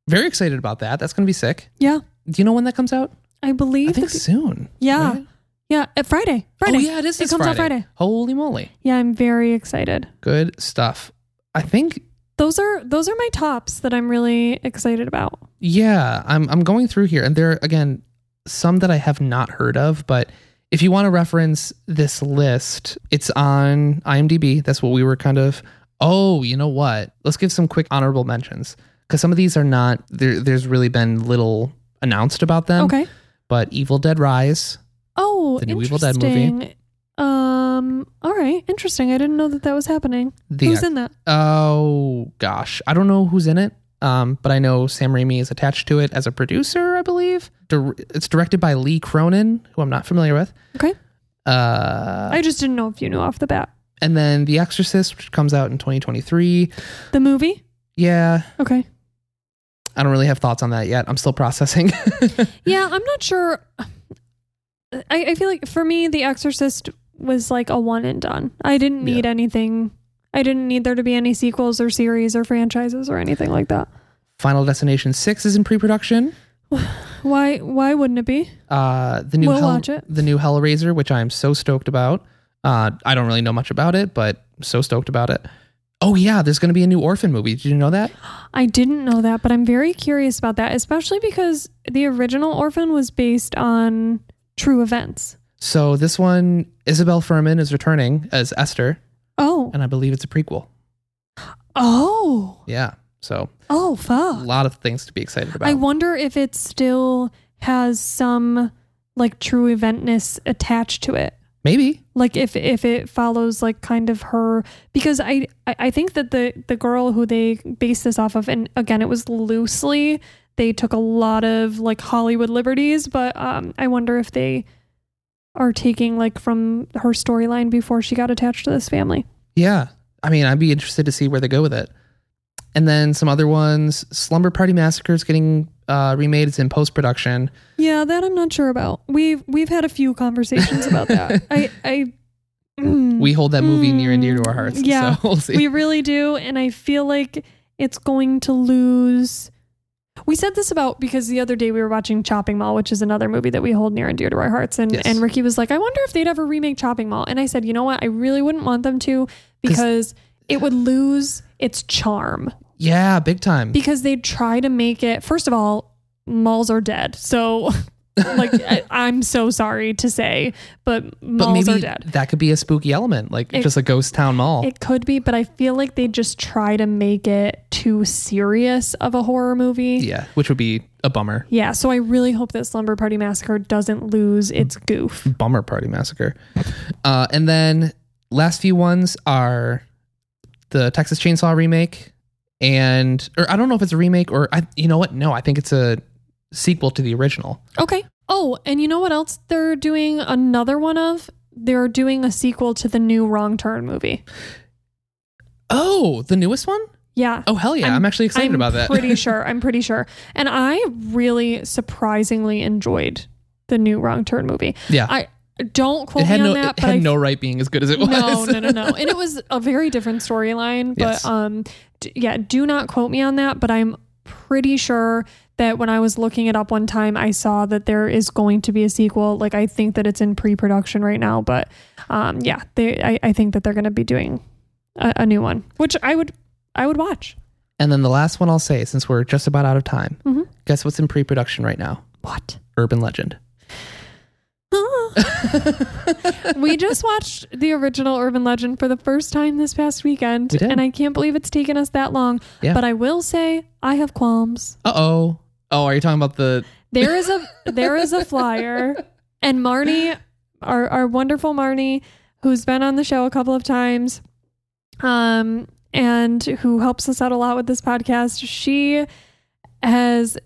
[SPEAKER 1] very excited about that. That's going to be sick.
[SPEAKER 2] Yeah,
[SPEAKER 1] Do you know when that comes out?
[SPEAKER 2] I believe.
[SPEAKER 1] I think
[SPEAKER 2] that-
[SPEAKER 1] soon.
[SPEAKER 2] yeah,
[SPEAKER 1] right?
[SPEAKER 2] yeah. uh, Friday, Friday.
[SPEAKER 1] Oh, yeah, it is.
[SPEAKER 2] It
[SPEAKER 1] this
[SPEAKER 2] comes
[SPEAKER 1] Friday.
[SPEAKER 2] out Friday.
[SPEAKER 1] Holy moly.
[SPEAKER 2] Yeah, I'm very excited.
[SPEAKER 1] Good stuff. I think
[SPEAKER 2] Those are those are my tops that I'm really excited about.
[SPEAKER 1] yeah, I'm I'm going through here and there are, again some that I have not heard of, but if you want to reference this list, it's on IMDb. That's what we were kind of Oh, you know what? Let's give some quick honorable mentions cuz some of these are not there there's really been little announced about them.
[SPEAKER 2] okay.
[SPEAKER 1] But Evil Dead Rise,
[SPEAKER 2] Oh,
[SPEAKER 1] Um, the new Evil Dead movie.
[SPEAKER 2] interesting. Um. All right. Interesting. I didn't know that that was happening.
[SPEAKER 1] the
[SPEAKER 2] Who's in that?
[SPEAKER 1] Oh gosh, I don't know who's in it, um, but I know Sam Raimi is attached to it as a producer, I believe. Dir- it's directed by Lee Cronin, who I'm not familiar with.
[SPEAKER 2] Okay.
[SPEAKER 1] Uh,
[SPEAKER 2] I just didn't know if you knew off the bat.
[SPEAKER 1] and then The Exorcist, which comes out in 2023.
[SPEAKER 2] The movie?
[SPEAKER 1] Yeah,
[SPEAKER 2] Okay.
[SPEAKER 1] I don't really have thoughts on that yet. I'm still processing.
[SPEAKER 2] Yeah, I'm not sure. I, I feel like for me, The Exorcist was like a one and done. I didn't
[SPEAKER 1] Yeah.
[SPEAKER 2] need anything. I didn't need there to be any sequels or series or franchises or anything like that.
[SPEAKER 1] Final Destination 6 is in pre-production.
[SPEAKER 2] Why? Why wouldn't it be?
[SPEAKER 1] Uh, the new
[SPEAKER 2] We'll
[SPEAKER 1] Hell-
[SPEAKER 2] watch it.
[SPEAKER 1] the new Hellraiser, which I am so stoked about. Uh, I don't really know much about it, but so stoked about it. Oh yeah, there's going to be a new Orphan movie. Did you know that?
[SPEAKER 2] I didn't know that, but I'm very curious about that, especially because the original Orphan was based on true events.
[SPEAKER 1] So this one, Isabel Furman is returning as Esther,
[SPEAKER 2] Oh.
[SPEAKER 1] and I believe it's a prequel.
[SPEAKER 2] Oh.
[SPEAKER 1] Yeah. So
[SPEAKER 2] Oh. Fuck.
[SPEAKER 1] a lot of things to be excited about.
[SPEAKER 2] I wonder if it still has some like true eventness attached to it.
[SPEAKER 1] Maybe.
[SPEAKER 2] Like if if it follows like kind of her because I I I think that the the girl who they based this off of and again it was loosely they took a lot of like Hollywood liberties but um I wonder if they are taking like from her storyline before she got attached to this family.
[SPEAKER 1] Yeah. I mean, I'd be interested to see where they go with it. And then some other ones. Slumber Party Massacre is getting uh, remade. It's in post production.
[SPEAKER 2] Yeah, that I'm not sure about. We've we've had a few conversations about that. I I mm,
[SPEAKER 1] We hold that movie near and dear
[SPEAKER 2] Mm,
[SPEAKER 1] to our hearts.
[SPEAKER 2] yeah.
[SPEAKER 1] So we'll see.
[SPEAKER 2] we really do and I feel like it's going to lose we said this about because the other day we were watching Chopping Mall, which is another movie that we hold near and dear to our hearts. And,
[SPEAKER 1] Yes.
[SPEAKER 2] and Ricky was like, I wonder if they'd ever remake Chopping Mall. And I said, you know what? I really wouldn't want them to because it would lose its charm
[SPEAKER 1] yeah, big time.
[SPEAKER 2] because they try to make it first of all malls are dead so like I, i'm so sorry to say but
[SPEAKER 1] but
[SPEAKER 2] malls are
[SPEAKER 1] maybe
[SPEAKER 2] dead
[SPEAKER 1] that could be a spooky element, like
[SPEAKER 2] It-
[SPEAKER 1] just a ghost town mall.
[SPEAKER 2] it could be but i feel like they just try to make it too serious of a horror movie
[SPEAKER 1] yeah, which would be a bummer.
[SPEAKER 2] yeah so i really hope that slumber party massacre doesn't lose its goof
[SPEAKER 1] Bummer Party Massacre. Uh, and then last few ones are the Texas Chainsaw remake, and or I don't know if it's a remake or I. You know what? No, I think it's a sequel to the original.
[SPEAKER 2] okay oh and you know what else they're doing another one of they're doing a sequel to the new wrong turn movie
[SPEAKER 1] Oh, the newest one.
[SPEAKER 2] yeah
[SPEAKER 1] Oh hell yeah! I'm, actually excited
[SPEAKER 2] I'm
[SPEAKER 1] about that.
[SPEAKER 2] Pretty sure. I'm pretty sure. And I really surprisingly enjoyed the new Wrong Turn movie.
[SPEAKER 1] yeah,
[SPEAKER 2] I don't quote
[SPEAKER 1] it had
[SPEAKER 2] me
[SPEAKER 1] no
[SPEAKER 2] on that,
[SPEAKER 1] it
[SPEAKER 2] but
[SPEAKER 1] had
[SPEAKER 2] I
[SPEAKER 1] no right being as good as it was.
[SPEAKER 2] no, no, no, no. And it was a very different storyline, but
[SPEAKER 1] Yes.
[SPEAKER 2] um, d- yeah. Do not quote me on that, but I'm pretty sure that when I was looking it up one time, I saw that there is going to be a sequel. Like I think that it's in pre-production right now, but um, yeah, they. I, I think that they're going to be doing a, a new one, which I would, I would watch.
[SPEAKER 1] and then the last one I'll say, since we're just about out of time,
[SPEAKER 2] Mhm.
[SPEAKER 1] guess what's in pre-production right now?
[SPEAKER 2] What?
[SPEAKER 1] Urban Legend.
[SPEAKER 2] we just watched the original Urban Legend for the first time this past weekend,
[SPEAKER 1] We did.
[SPEAKER 2] and I can't believe it's taken us that long.
[SPEAKER 1] Yeah.
[SPEAKER 2] But I will say I have qualms.
[SPEAKER 1] Uh oh. Oh, are you talking about the?
[SPEAKER 2] There is a there is a flyer, and Marnie, our our wonderful Marnie, who's been on the show a couple of times, um, and who helps us out a lot with this podcast. She has,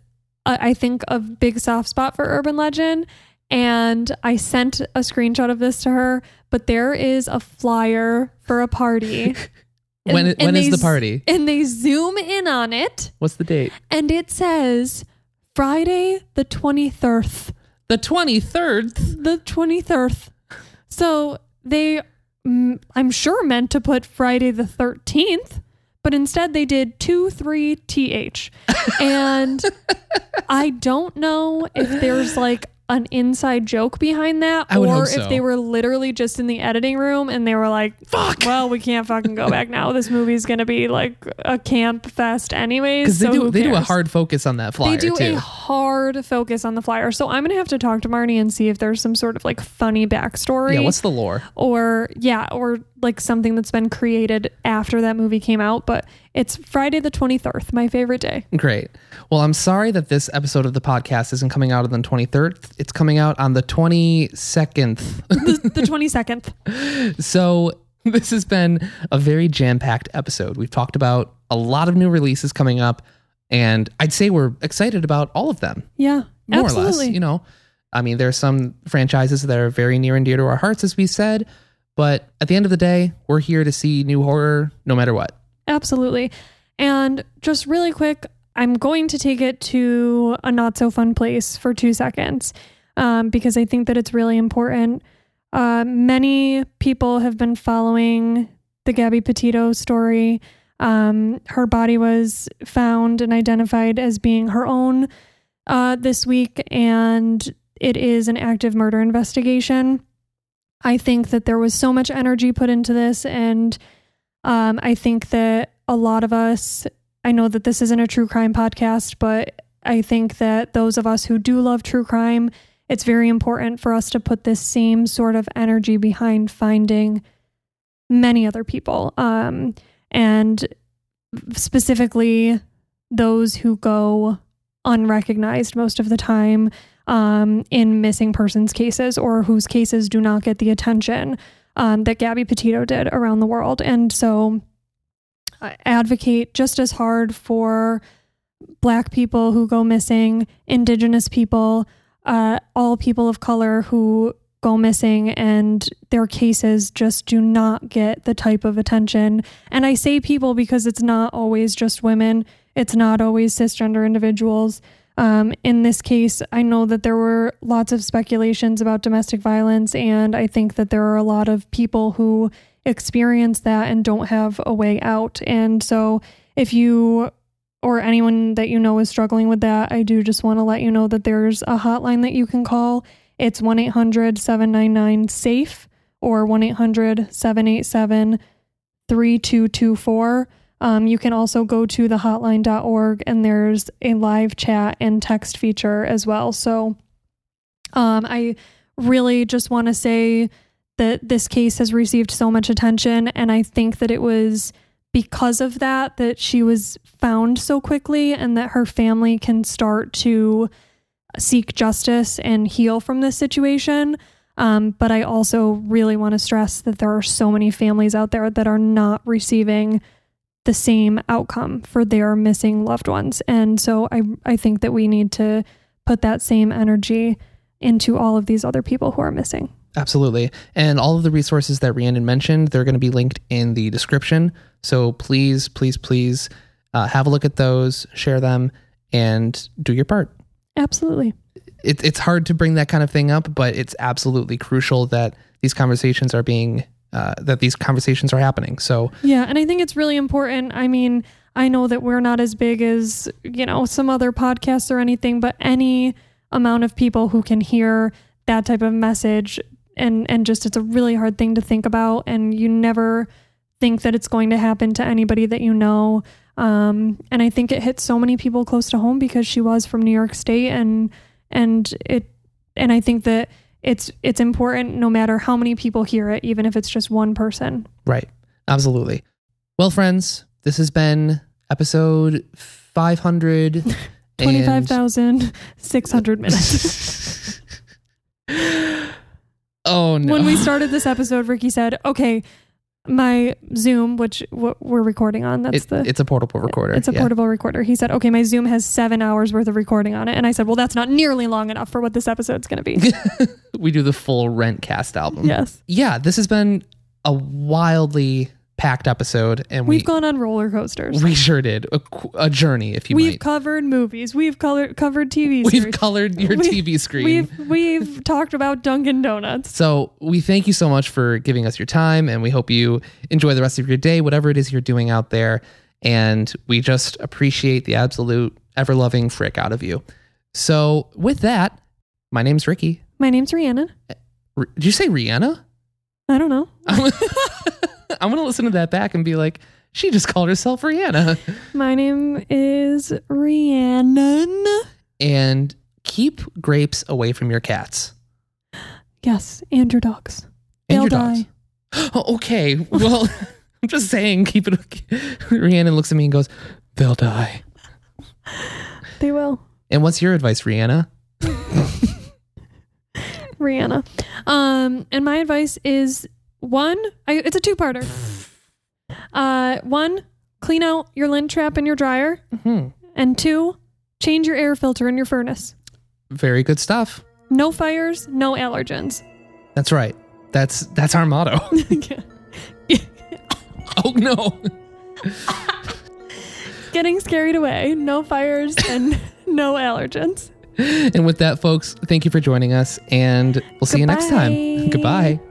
[SPEAKER 2] I I think, a big soft spot for Urban Legend. And I sent a screenshot of this to her, but there is a flyer for a party.
[SPEAKER 1] When
[SPEAKER 2] And-
[SPEAKER 1] when
[SPEAKER 2] and
[SPEAKER 1] is
[SPEAKER 2] they
[SPEAKER 1] the
[SPEAKER 2] z-
[SPEAKER 1] party?
[SPEAKER 2] And they zoom in on it,
[SPEAKER 1] What's the date?
[SPEAKER 2] and it says Friday the 23rd.
[SPEAKER 1] The twenty third.
[SPEAKER 2] the 23rd. So they, mm, I'm sure, meant to put Friday the 13th, but instead they did 2 3 TH. And I don't know if there's like an inside joke behind that
[SPEAKER 1] I would
[SPEAKER 2] or
[SPEAKER 1] hope
[SPEAKER 2] if
[SPEAKER 1] so.
[SPEAKER 2] they were literally just in the editing room and they were like,
[SPEAKER 1] Fuck.
[SPEAKER 2] well, we can't fucking go back now. This movie's going to be like a camp fest, anyways.
[SPEAKER 1] Because they
[SPEAKER 2] so
[SPEAKER 1] do
[SPEAKER 2] who
[SPEAKER 1] they do a
[SPEAKER 2] cares?"
[SPEAKER 1] hard focus on that flyer
[SPEAKER 2] they do
[SPEAKER 1] too.
[SPEAKER 2] a hard focus on the flyer. So I'm gonna have to talk to Marnie and see if there's some sort of like funny backstory.
[SPEAKER 1] yeah, what's the lore?
[SPEAKER 2] or yeah, or like something that's been created after that movie came out. But it's Friday the 23rd, my favorite day.
[SPEAKER 1] Great. Well, I'm sorry that this episode of the podcast isn't coming out on the 23rd. It's coming out on the 22nd.
[SPEAKER 2] The, the 22nd.
[SPEAKER 1] so, this has been a very jam packed episode. We've talked about a lot of new releases coming up, and I'd say we're excited about all of them,
[SPEAKER 2] Yeah,
[SPEAKER 1] more or
[SPEAKER 2] absolutely.
[SPEAKER 1] less. You know, I mean, there are some franchises that are very near and dear to our hearts, as we said, but at the end of the day, we're here to see new horror no matter what.
[SPEAKER 2] Absolutely. And just really quick, I'm going to take it to a not so fun place for two seconds um, because I think that it's really important. Uh, many people have been following the Gabby Petito story. Um, her body was found and identified as being her own uh, this week, and it is an active murder investigation. I think that there was so much energy put into this, and um, I think that a lot of us, I know that this isn't a true crime podcast, but I think that those of us who do love true crime, it's very important for us to put this same sort of energy behind finding many other people. Um, and specifically, those who go unrecognized most of the time um, in missing persons cases or whose cases do not get the attention um, that Gabby Petito did around the world. And so I advocate just as hard for black people who go missing, indigenous people, uh, all people of color who go missing and their cases just do not get the type of attention. And I say people because it's not always just women, it's not always cisgender individuals. Um, in this case, I know that there were lots of speculations about domestic violence, and I think that there are a lot of people who experience that and don't have a way out. And so, if you or anyone that you know is struggling with that, I do just want to let you know that there's a hotline that you can call. It's 1 800 799 SAFE or 1 800 787 3224. Um, you can also go to thehotline.org and there's a live chat and text feature as well. So um, I really just want to say that this case has received so much attention, and I think that it was because of that that she was found so quickly and that her family can start to seek justice and heal from this situation. Um, but I also really want to stress that there are so many families out there that are not receiving the same outcome for their missing loved ones. And so I, I think that we need to put that same energy into all of these other people who are missing.
[SPEAKER 1] Absolutely. And all of the resources that Rhiannon mentioned, they're going to be linked in the description. So please, please, please uh, have a look at those, share them, and do your part.
[SPEAKER 2] Absolutely.
[SPEAKER 1] It, it's hard to bring that kind of thing up, but it's absolutely crucial that these conversations are being, uh, that these conversations are happening. So
[SPEAKER 2] Yeah, and I think it's really important. I mean, I know that we're not as big as, you know, some other podcasts or anything, but any amount of people who can hear that type of message and and just it's a really hard thing to think about and you never think that it's going to happen to anybody that you know. Um, and I think it hit so many people close to home because she was from New York State and and it and I think that it's it's important no matter how many people hear it, even if it's just one person.
[SPEAKER 1] Right. Absolutely. Well, friends, this has been episode 500.
[SPEAKER 2] Twenty five thousand six hundred minutes.
[SPEAKER 1] oh, no.
[SPEAKER 2] When we started this episode, Ricky said, "Okay, my Zoom, which what we're recording on, that's
[SPEAKER 1] It-
[SPEAKER 2] the."
[SPEAKER 1] it's a portable recorder.
[SPEAKER 2] it's a
[SPEAKER 1] yeah.
[SPEAKER 2] portable recorder. He said, "Okay, my Zoom has seven hours worth of recording on it," and I said, "Well, that's not nearly long enough for what this episode's going to be."
[SPEAKER 1] We do the full Rent cast album.
[SPEAKER 2] yes,
[SPEAKER 1] Yeah, this has been a wildly packed episode, and we
[SPEAKER 2] we've gone on roller coasters.
[SPEAKER 1] we sure did a, qu- a journey, if you
[SPEAKER 2] We've
[SPEAKER 1] might.
[SPEAKER 2] covered movies. We've color- covered TV series.
[SPEAKER 1] We've colored your
[SPEAKER 2] We-
[SPEAKER 1] TV screen.
[SPEAKER 2] We've we've talked about Dunkin' Donuts.
[SPEAKER 1] So we thank you so much for giving us your time, and we hope you enjoy the rest of your day, whatever it is you're doing out there. And we just appreciate the absolute ever loving frick out of you. So with that, my name's Ricky.
[SPEAKER 2] My name's Rihanna.
[SPEAKER 1] R- did you say Rihanna?
[SPEAKER 2] I don't know.
[SPEAKER 1] I'm, I'm gonna listen to that back and be like, she just called herself Rihanna.
[SPEAKER 2] My name is Rhiannon.
[SPEAKER 1] And keep grapes away from your cats
[SPEAKER 2] Yes, and your dogs.
[SPEAKER 1] and your
[SPEAKER 2] They'll
[SPEAKER 1] dogs.
[SPEAKER 2] die.
[SPEAKER 1] Oh, okay, well, I'm just saying, keep it. Rihanna looks at me and goes, "They'll die."
[SPEAKER 2] They will.
[SPEAKER 1] And what's your advice, Rihanna?
[SPEAKER 2] Rihanna. Um, and my advice is one, I, it's a two parter. Uh, one, clean out your lint trap in your dryer. And two, change your air filter in your furnace.
[SPEAKER 1] Very good stuff.
[SPEAKER 2] No fires, no allergens.
[SPEAKER 1] That's right. That's that's our motto. oh no.
[SPEAKER 2] Getting scared away, no fires and no allergens.
[SPEAKER 1] And with that, folks, thank you for joining us, and we'll see you next time.
[SPEAKER 2] Goodbye.
[SPEAKER 1] Goodbye.